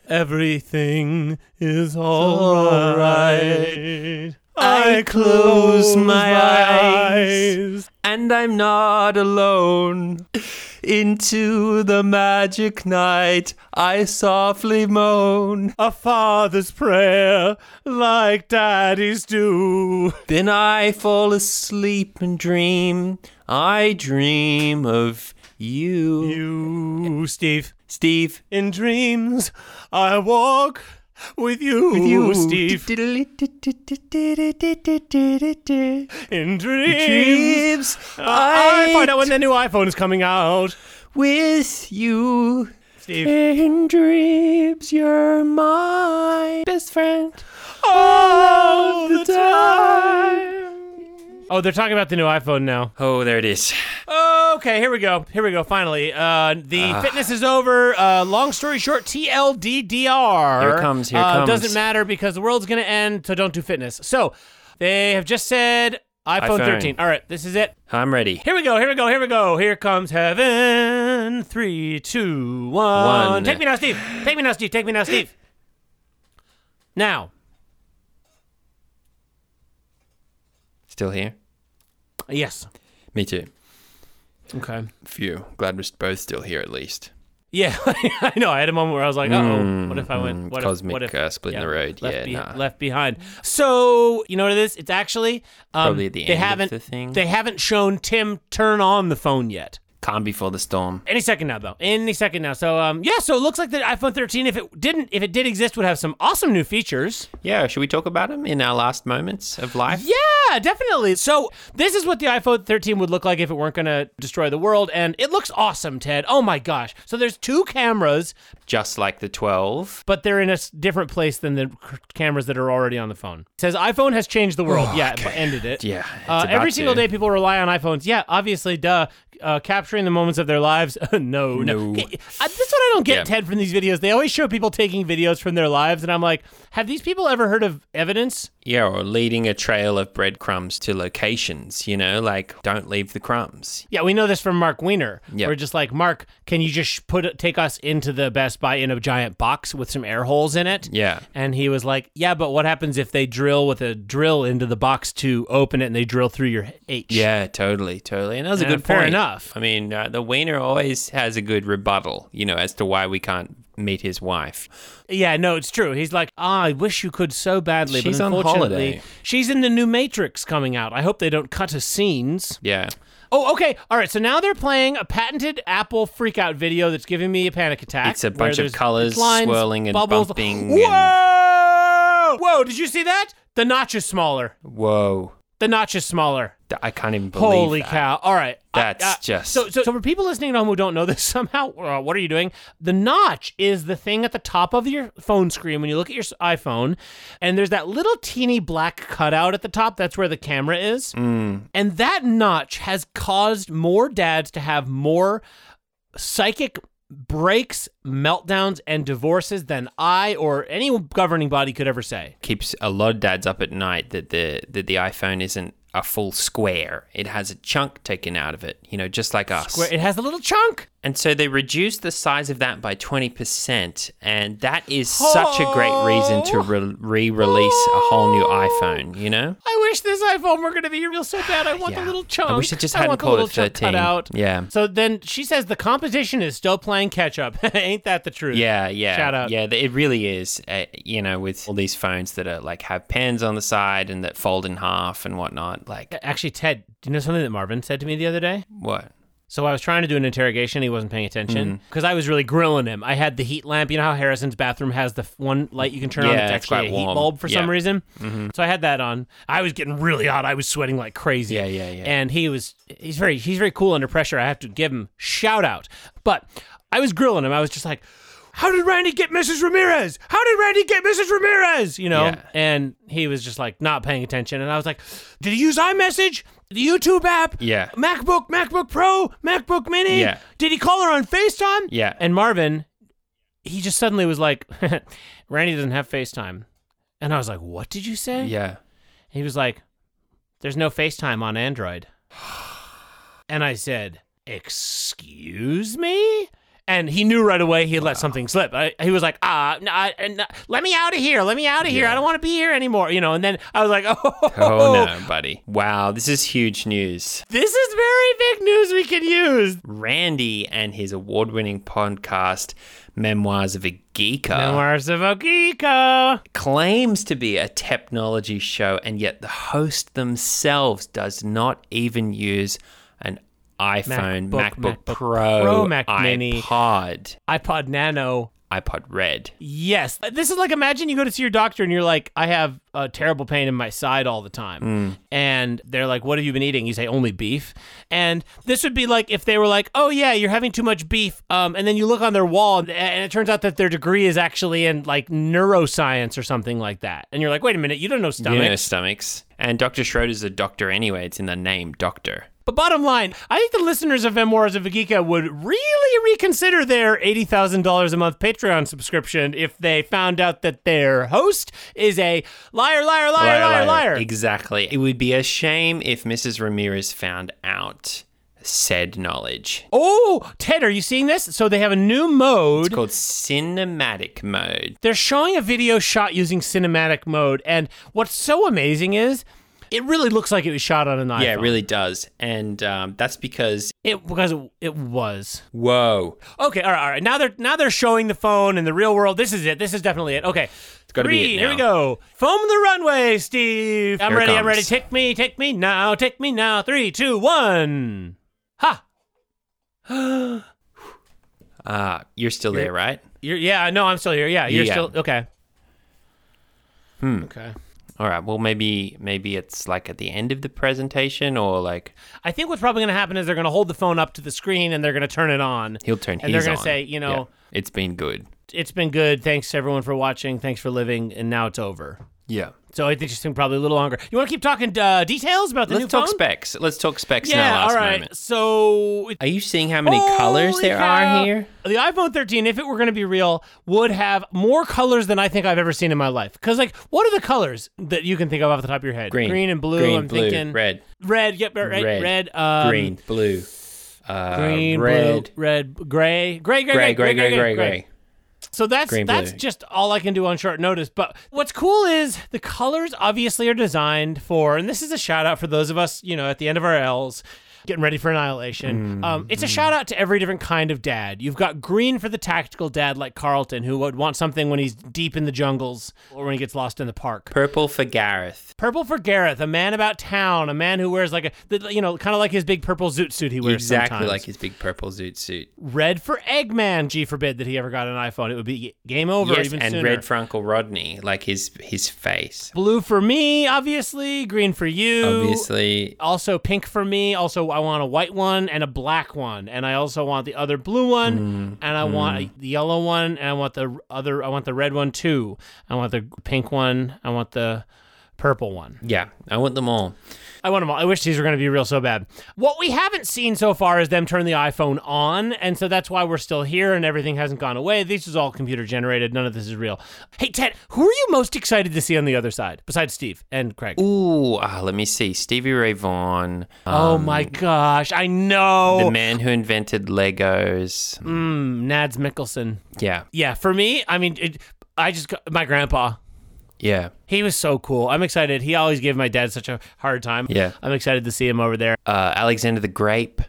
everything is alright. I close my eyes eyes. and I'm not alone. Into the magic night I softly moan. A father's prayer, like daddies do. Then I fall asleep and dream. I dream of you. You, Steve. Steve. In dreams, I walk with you, with you Steve. In dreams, Dreams. I, I find out when the new iPhone is coming out. with you. Steve, In dreams, you're my best friend. all the time. Oh, they're talking about the new iPhone now. Oh, there it is. Okay, here we go. Here we go. Finally, uh, the fitness is over. Uh, long story short, TLDDR. Here it comes, here it Uh, comes. Doesn't matter because the world's gonna end, so don't do fitness. So they have just said iPhone, iPhone. 13. All right, this is it. I'm ready. Here we go. Here we go. Here we go. Here comes heaven. Three, two, one. One. Take me now, Steve. Take me now, Steve. Take me now, Steve. Now. Still here? Yes. Me too. Okay. Phew. Glad we're both still here at least. Yeah, I know. I had a moment where I was like, "Uh oh, what if I went? What Mm-hmm. Cosmic if, what if, uh, split in the road. left, yeah, be- nah. left behind. So you know what it is? It's actually um, Probably at the they end of haven't the thing. they haven't shown Tim turn on the phone yet. Calm before the storm. Any second now, though. Any second now. So um, yeah. So it looks like the iPhone 13, if it didn't, if it did exist, would have some awesome new features. Yeah, should we talk about him in our last moments of life? Yeah, definitely. So this is what the iPhone 13 would look like if it weren't going to destroy the world, and it looks awesome, Ted. Oh my gosh! So there's two cameras, Just like the 12. but they're in a s- different place than the c- cameras that are already on the phone. It says iPhone has changed the world. yeah, it ended it. Oh, Yeah, it's Uh, every about single to. day, people rely on iPhones. Yeah, obviously, duh. Uh, capturing the moments of their lives. no, no. No. Okay, I, this is what I don't get, Yeah. Ted, from these videos. They always show people taking videos from their lives, and I'm like, have these people ever heard of evidence? Yeah, or leading a trail of breadcrumbs to locations, you know, like don't leave the crumbs. Yeah, we know this from Mark Weiner. Yeah. We're just like, Mark, can you just put take us into the Best Buy in a giant box with some air holes in it? Yeah. And he was like, Yeah, but what happens if they drill with a drill into the box to open it and they drill through your H? Yeah, totally, totally. And that was Yeah, a good fair point. enough. I mean, uh, the wiener always has a good rebuttal, you know, as to why we can't meet his wife. Yeah, no, it's true. He's like, Ah, I wish you could so badly, She's but on unfortunately, holiday. she's in the new Matrix coming out. I hope they don't cut to scenes. Yeah. Oh, okay. All right. So now they're playing a patented Apple freakout video that's giving me a panic attack. It's a where bunch of there's colours lines, swirling and bubbles. bumping and- Whoa! Whoa! Did you see that? The notch is smaller. Whoa. The notch is smaller. Th- I can't even believe Holy that. cow! All right. I- That's I- just- So, so, so for people listening at home who don't know this somehow, uh, what are you doing? The notch is the thing at the top of your phone screen when you look at your s- iPhone, and there's that little teeny black cutout at the top. That's where the camera is, Mm. and that notch has caused more dads to have more psychic breaks, meltdowns, and divorces than I or any governing body could ever say. Keeps a lot of dads up at night that the that the iPhone isn't a full square. It has a chunk taken out of it, you know, just like us. Where it has a little chunk. And so they reduced the size of that by 20%. And that is such a great reason Oh. to re release a whole new iPhone, you know? I wish this iPhone were going to be real so bad. I want the Yeah. little chunk. I wish it just I hadn't want the called little it chunk 13. Cut out. Yeah. So then she says the competition is still playing catch up. Ain't that the truth? Yeah, yeah. Shout out. Yeah, th- it really is. Uh, you know, with all these phones that are like have pens on the side and that fold in half and whatnot. Like, Actually, Ted, do you know something that Marvin said to me the other day? what? So I was trying to do an interrogation. He wasn't paying attention Mm-hmm. because I was really grilling him. I had the heat lamp. You know how Harrison's bathroom has the f- one light you can turn on Yeah, that's it's actually quite a heat warm. bulb for some Yeah. Mm-hmm. reason. So I had that on. I was getting really hot. I was sweating like crazy. Yeah, yeah, yeah. And he was he's very he's very cool under pressure. I have to give him shout out. But I was grilling him. I was just like. How did Randy get Mrs. Ramirez? How did Randy get Mrs. Ramirez? You know, Yeah. and he was just like not paying attention. And I was like, "Did he use iMessage, the YouTube app, Yeah. MacBook, MacBook Pro, MacBook Mini. Yeah. Did he call her on FaceTime? Yeah. And Marvin, he just suddenly was like, Randy doesn't have FaceTime. And I was like, what did you say? Yeah. He was like, there's no FaceTime on Android. And I said, excuse me? and he knew right away he had let something slip. I, he was like, ah, no, I, no, let me out of here, let me out of here. I don't want to be here anymore, you know. And then I was like, oh, Oh no, buddy. Wow, this is huge news. this is very big news we can use. Randy and his award winning podcast, Memoirs of a Geeker, Memoirs of Okiko. claims to be a technology show, and yet the host themselves does not even use an iPhone, MacBook, MacBook, MacBook Pro, Pro, Mac Mini. iPod, iPod Nano. iPod Red. Yes. This is like imagine you go to see your doctor and you're like, I have a terrible pain in my side all the time. And they're like, What have you been eating? You say, Only beef. And this would be like if they were like, Oh, yeah, you're having too much beef. Um, and then you look on their wall and, and it turns out that their degree is actually in like neuroscience or something like that. And you're like, Wait a minute, you don't know You stomach. know, stomachs. And Dr. Schroeder's a doctor anyway. It's in the name, Doctor. But bottom line, I think the listeners of Memoirs of a Geeka would really reconsider their $80,000 a month Patreon subscription if they found out that their host is a liar, liar, liar, liar, liar. Exactly. It would be a shame if Mrs. Ramirez found out said knowledge. oh, Ted, are you seeing this? So they have a new mode. It's called cinematic mode. They're showing a video shot using cinematic mode. And what's so amazing is it really looks like it was shot on an iPhone. Yeah, it really does. And um, that's because, It, because it, it was. whoa, Okay, all right, all right. Now they're now they're showing the phone in the real world. This is it. This is definitely it. Okay, it's gotta be it Here now. we go. Foam the runway, Steve. I'm Here it ready. I'm ready. comes. Take me, take me now. Take me now. Three, two, one. Ha. uh, you're still there, right? You're, yeah, no, I'm still here. Yeah, you're Yeah. still okay. Hmm. Okay. All right. Well, maybe maybe it's like at the end of the presentation or like I think what's probably going to happen is they're going to hold the phone up to the screen and they're going to turn it on. he'll turn And they're his gonna on. say, you know- Yeah. it's been good. It's been good. Thanks everyone for watching. Thanks for living. And now it's over. Yeah. So I think it's gonna be probably a little longer. You want to keep talking uh, details about the Let's new talk phone? specs. Let's talk specs Yeah, now. Last all right. moment. So Are you seeing how many Holy colors there cow. are here? The iPhone 13, if it were going to be real, would have more colors than I think I've ever seen in my life. Because, like, what are the colors that you can think of off the top of your head? Green, and blue. Green, I'm blue, thinking red, Red, Yep. Right. Red. Red. um, green, blue, uh, Green. red, Blue, red. Gray. Gray. Gray. gray, gray, gray, gray, gray. gray. So that's Green, blue. that's just all I can do on short notice. But what's cool is the colors obviously are designed for, and this is a shout out for those of us, you know, at the end of our L's. Getting ready for annihilation. Mm-hmm. Um, it's a shout out to every different kind of dad. You've got green for the tactical dad, like Carlton, who would want something when he's deep in the jungles or when he gets lost in the park. Purple for Gareth. Purple for Gareth, a man about town, a man who wears like a, the- you know, kind of like his big purple zoot suit he wears. Exactly sometimes. like his big purple zoot suit. red for Eggman. G forbid that he ever got an iPhone. It would be game over. yes, even and sooner. red for Uncle Rodney, like his his face. Blue for me, obviously. Green for you. Obviously, Also pink for me. Also, I want a white one and a black one, and I also want the other blue one, and I want the yellow one, and I want the other. I want the red one too. I want the pink one. I want the purple one. yeah. I want them all. I want them all. I wish these were going to be real so bad. What we haven't seen so far is them turn the iPhone on, and so that's why we're still here and everything hasn't gone away. This is all computer generated. None of this is real. Hey Ted, who are you most excited to see on the other side besides Steve and Craig? Ooh, ah, let me see. Stevie Ray Vaughan, uh, Oh my gosh, I know. the man who invented Legos. Oh. Mm, Nads Mickelson. Yeah, Yeah, for me, I mean, it, I just got my grandpa. yeah. He was so cool. I'm excited. He always gave my dad such a hard time. Yeah. I'm excited to see him over there. Uh, Alexander the Grape.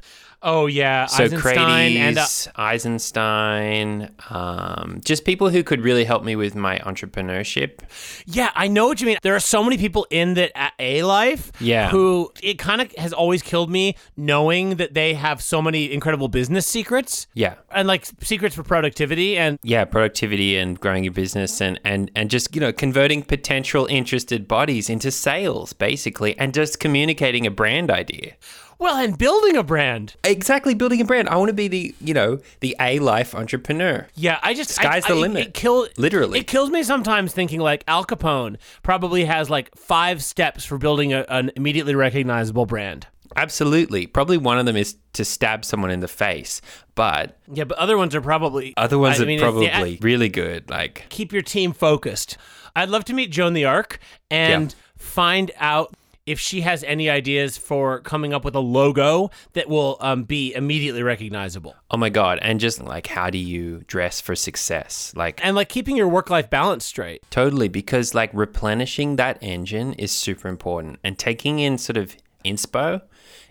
Oh yeah, So Eisenstein and uh, Socrates, Eisenstein, um, just people who could really help me with my entrepreneurship. yeah, I know what you mean. There are so many people in that a life. Yeah. Who it kind of has always killed me knowing that they have so many incredible business secrets Yeah. and like secrets for productivity and Yeah, productivity and growing your business and, and, and just, you know, converting potential interested bodies into sales, basically, and just communicating a brand idea. well and building a brand. Exactly, building a brand. I want to be the, you know, the A life entrepreneur. Yeah, I just I- Sky's the I- limit. It kill, Literally. It kills me sometimes thinking like Al Capone probably has like five steps for building a, an immediately recognizable brand. Absolutely. Probably one of them is to stab someone in the face, but Yeah, but other ones are probably other ones I are mean, it's the- probably really good. Like, keep your team focused. I'd love to meet Joan the Arc and find out if she has any ideas for coming up with a logo that will um, be immediately recognizable. Oh my God. And just like, how do you dress for success? Like, And like keeping your work life balance straight. Totally, because like replenishing that engine is super important and taking in sort of inspo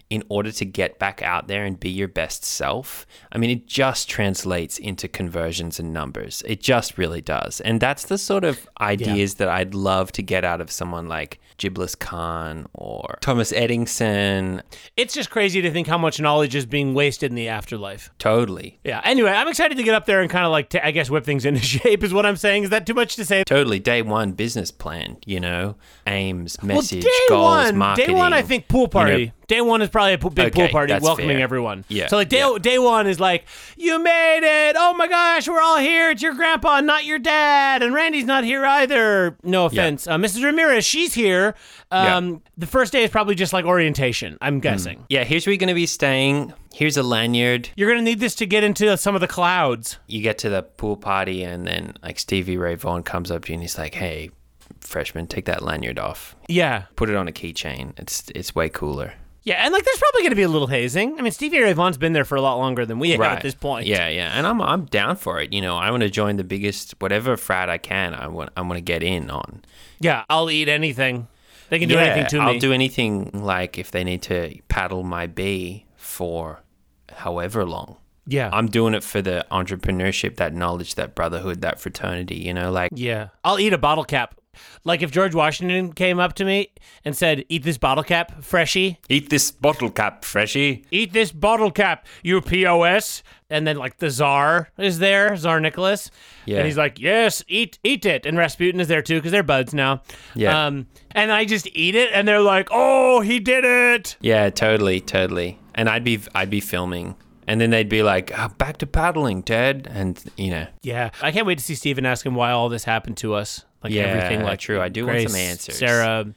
in order to get back out there and be your best self. I mean, it just translates into conversions and numbers. It just really does. And that's the sort of ideas that I'd love to get out of someone like Giblis Khan or Thomas Eddington. It's just crazy to think how much knowledge is being wasted in the afterlife. Totally. Yeah. Anyway, I'm excited to get up there and kind of like, t- I guess, whip things into shape is what I'm saying. Is that too much to say? Totally. Day one business plan, you know, aims, message, well, day goals, one, marketing. day one, I think pool party. You know- day one is probably a po- big Okay, pool party, that's welcoming fair. everyone. Yeah, So like day yeah. day one is like, you made it. Oh my gosh, we're all here. It's your grandpa, not your dad, and Randy's not here either. No offense, uh, Mrs. Ramirez, she's here. Yeah. Hmm. Um, The first day is probably just like orientation. I'm guessing. Yeah, here's where you're going to be staying. Here's a lanyard. You're gonna need this to get into some of the clouds. You get to the pool party, and then like Stevie Ray Vaughan comes up to you and he's like, "Hey, freshman, take that lanyard off. Yeah, Put it on a keychain. It's it's way cooler." yeah, and like there's probably gonna be a little hazing. I mean, Stevie Ray Vaughan's been there for a lot longer than we have at this point. Yeah, yeah, and I'm I'm down for it. You know, I want to join the biggest whatever frat I can. I want I want to get in on. yeah. I'll eat anything. They can do yeah, anything to me. I'll do anything. Like if they need to paddle my B for however long. yeah. I'm doing it for the entrepreneurship, that knowledge, that brotherhood, that fraternity. You know, like Yeah. I'll eat a bottle cap. Like if George Washington came up to me and said, Eat this bottle cap, freshie. Eat this bottle cap, freshie. Eat this bottle cap, you POS. And then like the Czar is there, Czar Nicholas. Yeah. And he's like, Yes, eat eat it. And Rasputin is there too, because they're buds now. Yeah. Um, and I just eat it and they're like, Oh, he did it. Yeah, totally, totally. And I'd be I'd be filming, and then they'd be like, oh, "Back to paddling, Dad," and you know, Yeah. I can't wait to see Steven ask him why all this happened to us. Like Yeah, everything like true. I do want Grace, some answers. Sarah.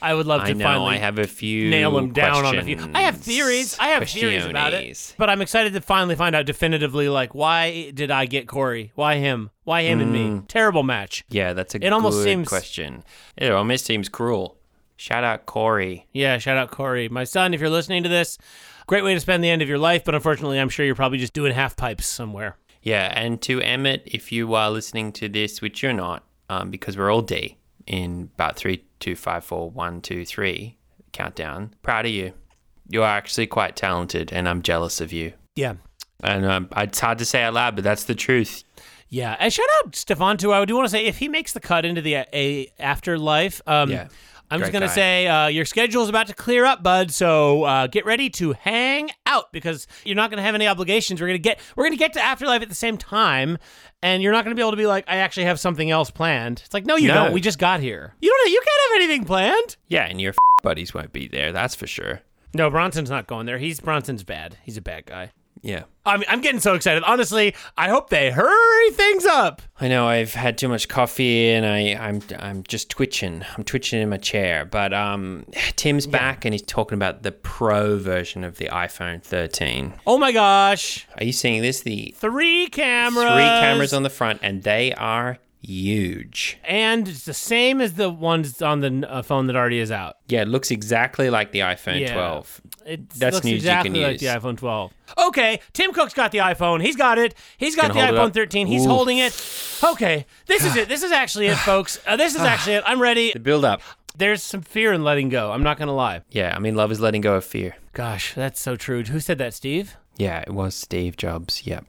I would love to I know finally I have a few nail them down on a few. I have questions, theories. I have theories about it, questiones. but I'm excited to finally find out definitively. Like, why did I get Corey? Why him? Why him and Mm. me? Terrible match. Yeah, that's a It almost good seems- question. It almost seems cruel. Shout out Corey. Yeah, shout out Corey, my son. If you're listening to this, great way to spend the end of your life. But unfortunately, I'm sure you're probably just doing half pipes somewhere. Yeah, and to Emmett, if you are listening to this, which you're not, um, because we're all D in about three, two, five, four, one, two, three countdown. Proud of you. You are actually quite talented, and I'm jealous of you. Yeah. And um, it's hard to say out loud, but that's the truth. Yeah, and shout out Stefan too. I do want to say if he makes the cut into the uh, a, afterlife, um, Yeah, I'm just great gonna guy. say uh, your schedule's about to clear up, bud. So uh, get ready to hang out because you're not gonna have any obligations. We're gonna get we're gonna get to afterlife at the same time, and you're not gonna be able to be like, I actually have something else planned. It's like, no, you No. don't. We just got here. You don't. You can't have anything planned. Yeah, and your f- buddies won't be there, that's for sure. No, Bronson's not going there. He's Bronson's bad. He's a bad guy. Yeah. I'm, I'm getting so excited. Honestly, I hope they hurry things up. I know I've had too much coffee and I, I'm I'm just twitching. I'm twitching in my chair. But um, Tim's back and he's talking about the pro version of the iPhone 13. Oh my gosh. Are you seeing this? The Three cameras. three cameras on the front and they are huge. and it's the same as the ones on the uh, phone that already is out. Yeah, it looks exactly like the iPhone Yeah. 12. It That's looks news you exactly can like use. the iPhone 12. Okay, Tim Cook's got the iPhone. He's got it. He's got Gonna the hold it iPhone up. 13. He's Ooh. holding it. Okay, this is it. This is actually it, folks. Uh, this is actually it. I'm ready. The build up. There's some fear in letting go. I'm not gonna lie. Yeah, I mean love is letting go of fear. Gosh, that's so true. Who said that, Steve? Yeah, it was Steve Jobs. Yep.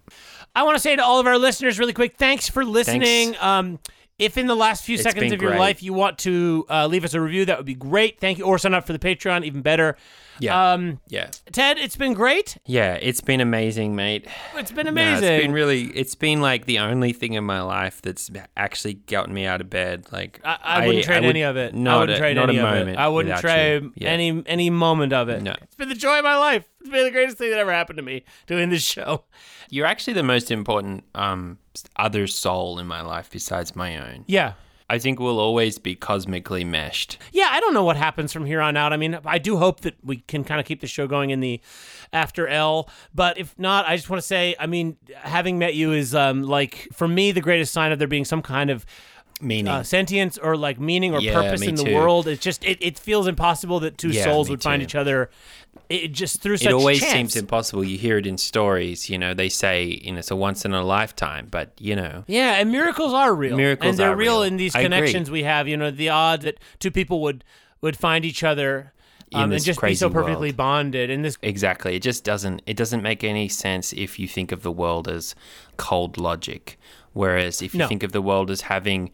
I want to say to all of our listeners really quick, thanks for listening. Um, if in the last few seconds been of your great. life you want to uh, leave us a review, that would be great. Thank you. Or sign up for the Patreon, even better. Yeah. Um, yeah. Ted, it's been great. Yeah, it's been amazing, mate. It's been No, amazing. it's been really. It's been like the only thing in my life that's actually gotten me out of bed. Like I, I wouldn't trade would any of it. Not I wouldn't a, trade not any a of moment it. I wouldn't without you. trade Yeah. any any moment of it. No. It's been the joy of my life. It's been the greatest thing that ever happened to me doing this show. You're actually the most important um, other soul in my life besides my own. Yeah. I think we'll always be cosmically meshed. Yeah, I don't know what happens from here on out. I mean, I do hope that we can kind of keep the show going in the after L, but if not, I just want to say, I mean, having met you is um like for me the greatest sign of there being some kind of Meaning. uh, sentience or like meaning or Yeah, purpose me in the too. world. It's just it, it feels impossible that two Yeah, souls me would find too. each other. It just through such it always chance. seems impossible. You hear it in stories, you know, they say, you know, it's a once in a lifetime, but, you know, yeah, and miracles are real. Miracles and they're are real. in these I agree. connections we have. You know, the odds that two people would would find each other In um, and this just be so crazy perfectly world. bonded. And this exactly. It just doesn't, it doesn't make any sense if you think of the world as cold logic. Whereas if you No. think of the world as having,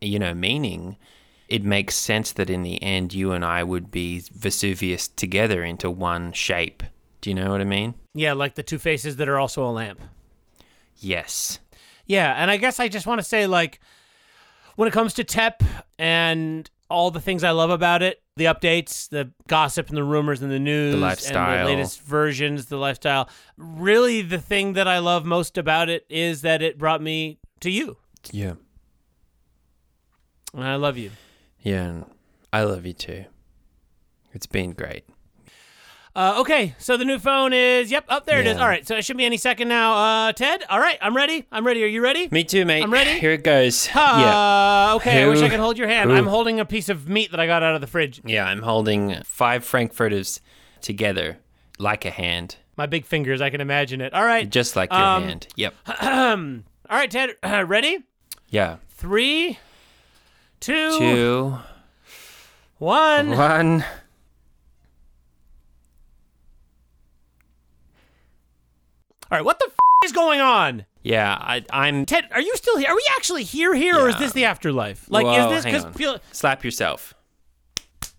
you know, meaning, it makes sense that in the end, you and I would be Vesuvius together into one shape. Do you know what I mean? yeah, like the two faces that are also a lamp. Yes. Yeah, and I guess I just want to say like when it comes to TEP and all the things I love about it, the updates, the gossip and the rumors and the news, and lifestyle. the latest versions, the lifestyle. Really the thing that I love most about it is that it brought me to you. Yeah. And I love you. Yeah. and I love you too. It's been great. Uh, okay, so the new phone is yep, up there it is. Yeah. All right, so it should be any second now. Uh, Ted, all right, I'm ready. I'm ready. Are you ready? Me too, mate. I'm ready. Here it goes. yeah. Uh, okay, I wish I Who- could hold your hand. who- I'm holding a piece of meat that I got out of the fridge. Yeah, I'm holding five Frankfurters together like a hand, My big fingers, I can imagine it. All right. just like your Um, hand. Yep. All right, Ted, ready? Yeah. Three, two, Two, Uh-huh. one. one. All right, what the f- is going on? Yeah, I, I'm. Ted, are you still here? Are we actually here here or is Yeah. this the afterlife? Like Whoa, is hang this on. cuz feel Slap yourself.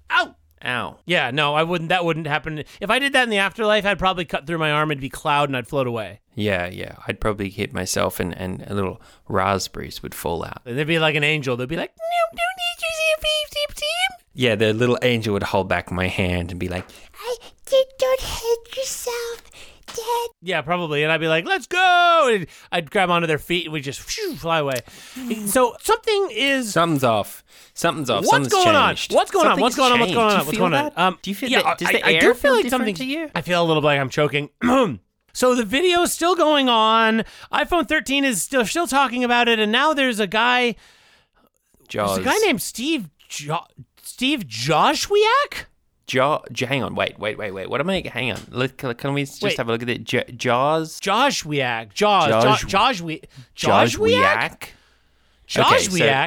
Ow. Ow. Yeah, no, I wouldn't that wouldn't happen. If I did that in the afterlife, I'd probably cut through my arm and be cloud and I'd float away. Yeah, yeah. I'd probably hit myself and, and a little raspberries would fall out. And they'd be like an angel. They'd be like, "No, don't need to see a beep, beep, beep." Yeah, the little angel would hold back my hand and be like, I did don't hate yourself, Dad. Yeah, probably. And I'd be like, "Let's go." And I'd grab onto their feet and we'd just phew, fly away. So something is Something's off. Something's off. What's Something's going on? changed. What's going on? What's Something's going on? What's going on? changed. What's Do you going on? Um, feel that? do you feel yeah, that? Does I, the I air do feel like different something to you? I feel a little like I'm choking. so the video's still going on. iPhone 13 is still still talking about it, and now there's a guy, Jaws. there's a guy named Steve jo- Steve Joswiak. Jaw. J- hang on. Wait. Wait. Wait. Wait. What am I? Hang on. Look. look, Can we just Wait. have a look at it? J- Jaws. Joswiak. Jaws. Josh- Joswiak. Joswiak. Joswiak.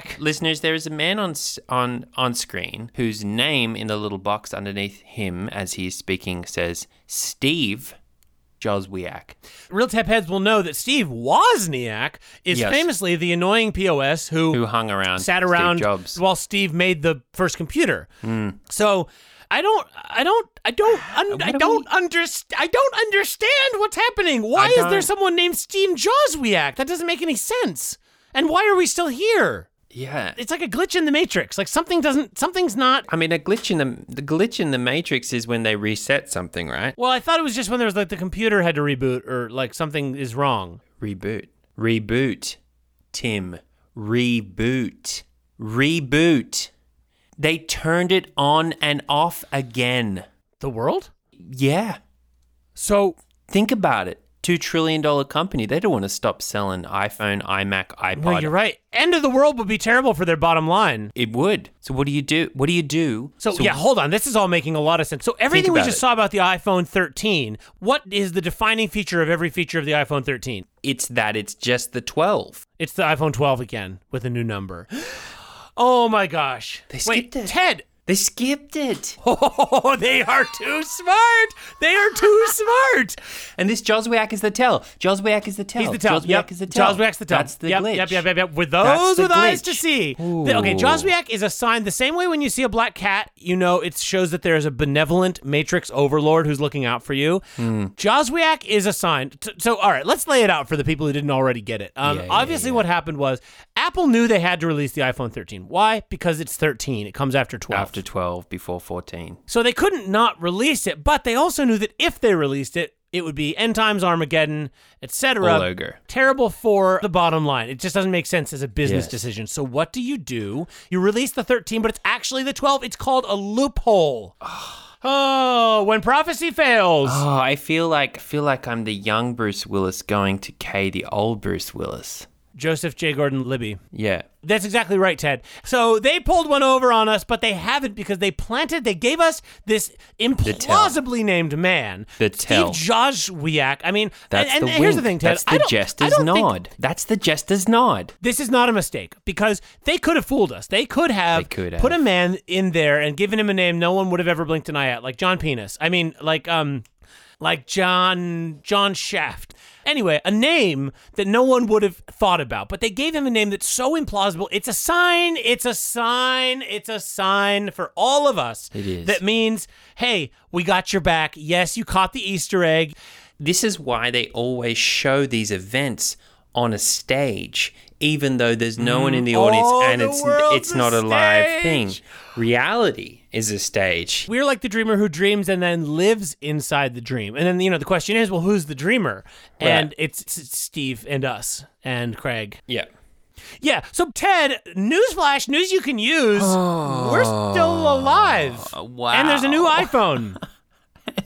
Joswiak. listeners, there is a man on s- on on screen whose name in the little box underneath him, as he is speaking, says Steve Joswiak. Real tech heads will know that Steve Wozniak is Yes. famously the annoying POS Who hung around? sat around Steve Jobs. Hmm. while Steve made the first computer. So I don't, I don't, I don't, un- I do don't understand. I don't understand what's happening. Why is there don't- someone named Steve Joswiak? That doesn't make any sense. And why are we still here? yeah. It's like a glitch in the matrix. Like something doesn't, something's not. I mean, a glitch in the the glitch in the matrix is when they reset something, right? Well, I thought it was just when there was like the computer had to reboot or like something is wrong. Reboot. Reboot. Tim. Reboot. Reboot. They turned it on and off again. The world. Yeah. So Think about it. $2 trillion company. They don't want to stop selling iPhone, iMac, iPod. no, you're right. End of the world would be terrible for their bottom line. It would. So what do you do? What do you do? So, yeah, hold on. This is all making a lot of sense. So everything we about just it. saw about the iPhone 13, what is the defining feature of every feature of the iPhone 13? It's that it's just the 12. It's the iPhone 12 again with a new number. Oh my gosh. They Wait, skipped it. Ted. They skipped it. Oh, they are too smart. They are too smart. And this Joswiak is the tell. Joswiak is the tell. He's the tell. Oh, Joswiak yep. is the tell. Joswiak's the tell. That's the yep, glitch. Yep, yep, yep, yep. With That's those the with eyes glitch. to see. The- okay, Ooh. Joswiak is a sign the same way when you see a black cat, you know it shows that there is a benevolent matrix overlord who's looking out for you. Hmm. Joswiak is a sign. T- so, all right, let's lay it out for the people who didn't already get it. Um, Yeah, yeah, obviously, what happened was Apple knew they had to release the iPhone 13. Why? Because it's 13. It comes after 12. After 12, before 14. So they couldn't not release it, but they also knew that if they released it, it would be end times Armageddon, All etc. ogre. Terrible for the bottom line. It just doesn't make sense as a business Yes. decision. So what do you do? You release the 13, but it's actually the 12. It's called a loophole. oh, when prophecy fails. Oh, I feel like I feel like I'm the young Bruce Willis going to K the old Bruce Willis. Joseph J. Gordon Libby. Yeah. That's exactly right, Ted. So they pulled one over on us, but they haven't because they planted, they gave us this implausibly named man. The tell. Steve Wojciak. I mean, That's and, and the here's the wink. thing, Ted. That's I the don't- I jester's don't think- nod. That's the jester's nod. this is not a mistake because they could have fooled us. They could have, They could put a have. man in there and given him a name no one would have ever blinked an eye at, like John Penis. I mean, like um, like John John Shaft. Anyway, a name that no one would have thought about, but they gave him a name that's so implausible. It's a sign. It's a sign. It's a sign for all of us. It is. That means, hey, we got your back. Yes, you caught the Easter egg. This is why they always show these events on a stage, even though there's no one in Mm. the audience Oh, and the it's world's it's a not a live thing. stage. Reality is a stage. We're like the dreamer who dreams and then lives inside the dream. And then, you know, the question is, well, who's the dreamer? And Right. it's, it's Steve and us and Craig. Yeah. Yeah. So, Ted, newsflash, news you can use. We're still alive. Oh. wow. And there's a new iPhone.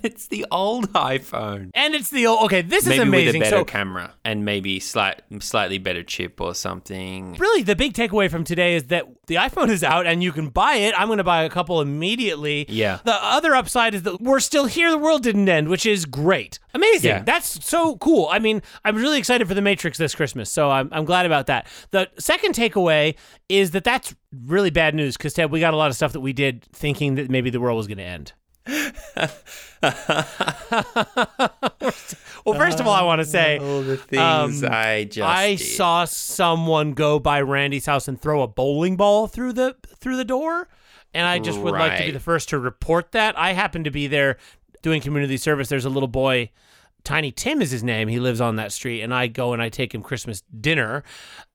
It's the old iPhone. and it's the old, okay, this Maybe is with a amazing. better So, camera and maybe slight, slightly better chip or something. really, the big takeaway from today is that the iPhone is out and you can buy it. I'm going to buy a couple immediately. Yeah. The other upside is that we're still here. The world didn't end, which is great. Amazing. Yeah. That's so cool. I mean, I'm really excited for The Matrix this Christmas, so I'm, I'm glad about that. The second takeaway is that that's really bad news because, Ted, we got a lot of stuff that we did thinking that maybe the world was going to end. well, first of all, I want to say All the things things Um, I just I saw someone go by Randy's house and throw a bowling ball through the through the door, and I just would like to be Right. the first to report that. I happened to be there doing community service. There's a little boy, Tiny Tim is his name. He lives on that street, and I go and I take him Christmas dinner.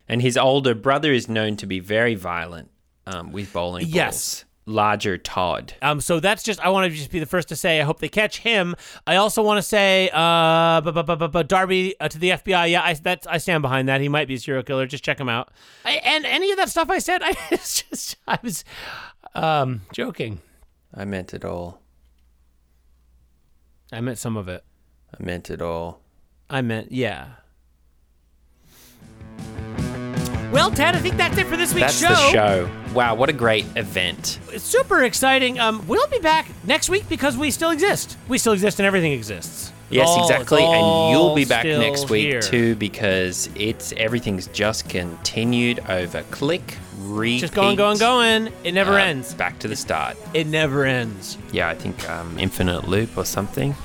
And his older brother is known to be very violent um, with bowling balls. Yes. Larger Todd. Um, so that's just I want to just be the first to say I hope they catch him. I also want to say uh, bu- bu- bu- bu- bu- Darby uh, to the FBI. Yeah, I that's I stand behind that. He might be a serial killer. Just check him out. I, and any of that stuff I said, I it's just I was um, joking. I meant it all. I meant some of it. I meant it all. I meant yeah. Well, Ted, I think that's it for this week's That's the show. Wow, what a great event. It's super exciting. Um, we'll be back next week because we still exist. We still exist, and everything exists. It's Yes, all- it's exactly. all And you'll be back still next week here. too because it's everything's just continued over click, repeat. Just going, going, going. It never uh, ends. Back to the start. It never ends. Yeah, I think um, infinite loop or something.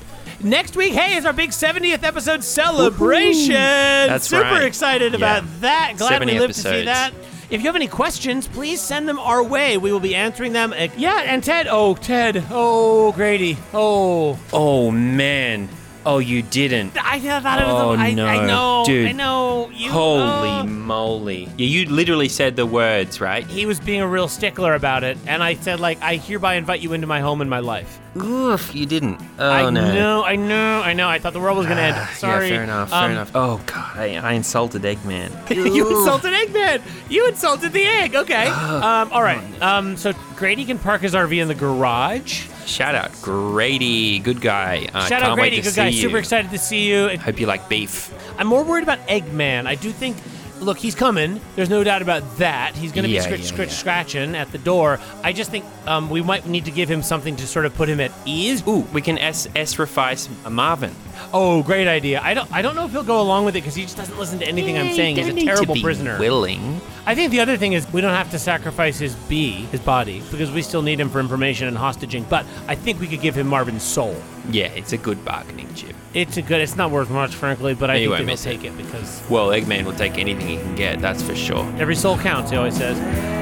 Next week, hey, is our big 70th episode celebration. That's Super right. excited about Yeah. that. Glad 70 we lived to see episodes. that. If you have any questions, please send them our way. We will be answering them. Uh, Yeah, and Ted. Oh, Ted. Oh, Grady. Oh, Oh man. Oh, you didn't. I thought it was. Oh, I, I no. know. I Dude. know. You, Holy oh. moly. Yeah, you literally said the words, right? he was being a real stickler about it, and I said, like, I hereby invite you into my home and my life. Oof, you didn't. Oh, Ah, I know, I know, I know. I thought the world was gonna end. Sorry. Yeah, fair enough, fair Um, enough. Oh, God, I, I insulted Eggman. you insulted Eggman. You insulted the egg. Okay. Oh, Um, all right. Um, so Grady can park his RV in the garage. Shout out, Grady. Good guy. Uh, Shout can't out Grady, wait to good see guy. You. Super excited to see you. It- Hope you like beef. I'm more worried about Eggman. I do think. Look, he's coming. There's no doubt about that. He's going to Yeah, be scritch, yeah, scritch, yeah. scratching at the door. I just think um, we might need to give him something to sort of put him at ease. Ooh, we can S esrify Marvin. Oh, great idea. I don't. I don't know if he'll go along with it because he just doesn't listen to anything I'm saying. He's Don't a need to terrible be prisoner. Willing. I think the other thing is we don't have to sacrifice his B, his body, because we still need him for information and hostaging. But I think we could give him Marvin's soul. Yeah, it's a good bargaining chip. It's a good. It's not worth much, frankly, but I He think won't that he'll miss it. take it because Well, Eggman will take anything he can get. That's for sure. every soul counts. He always says.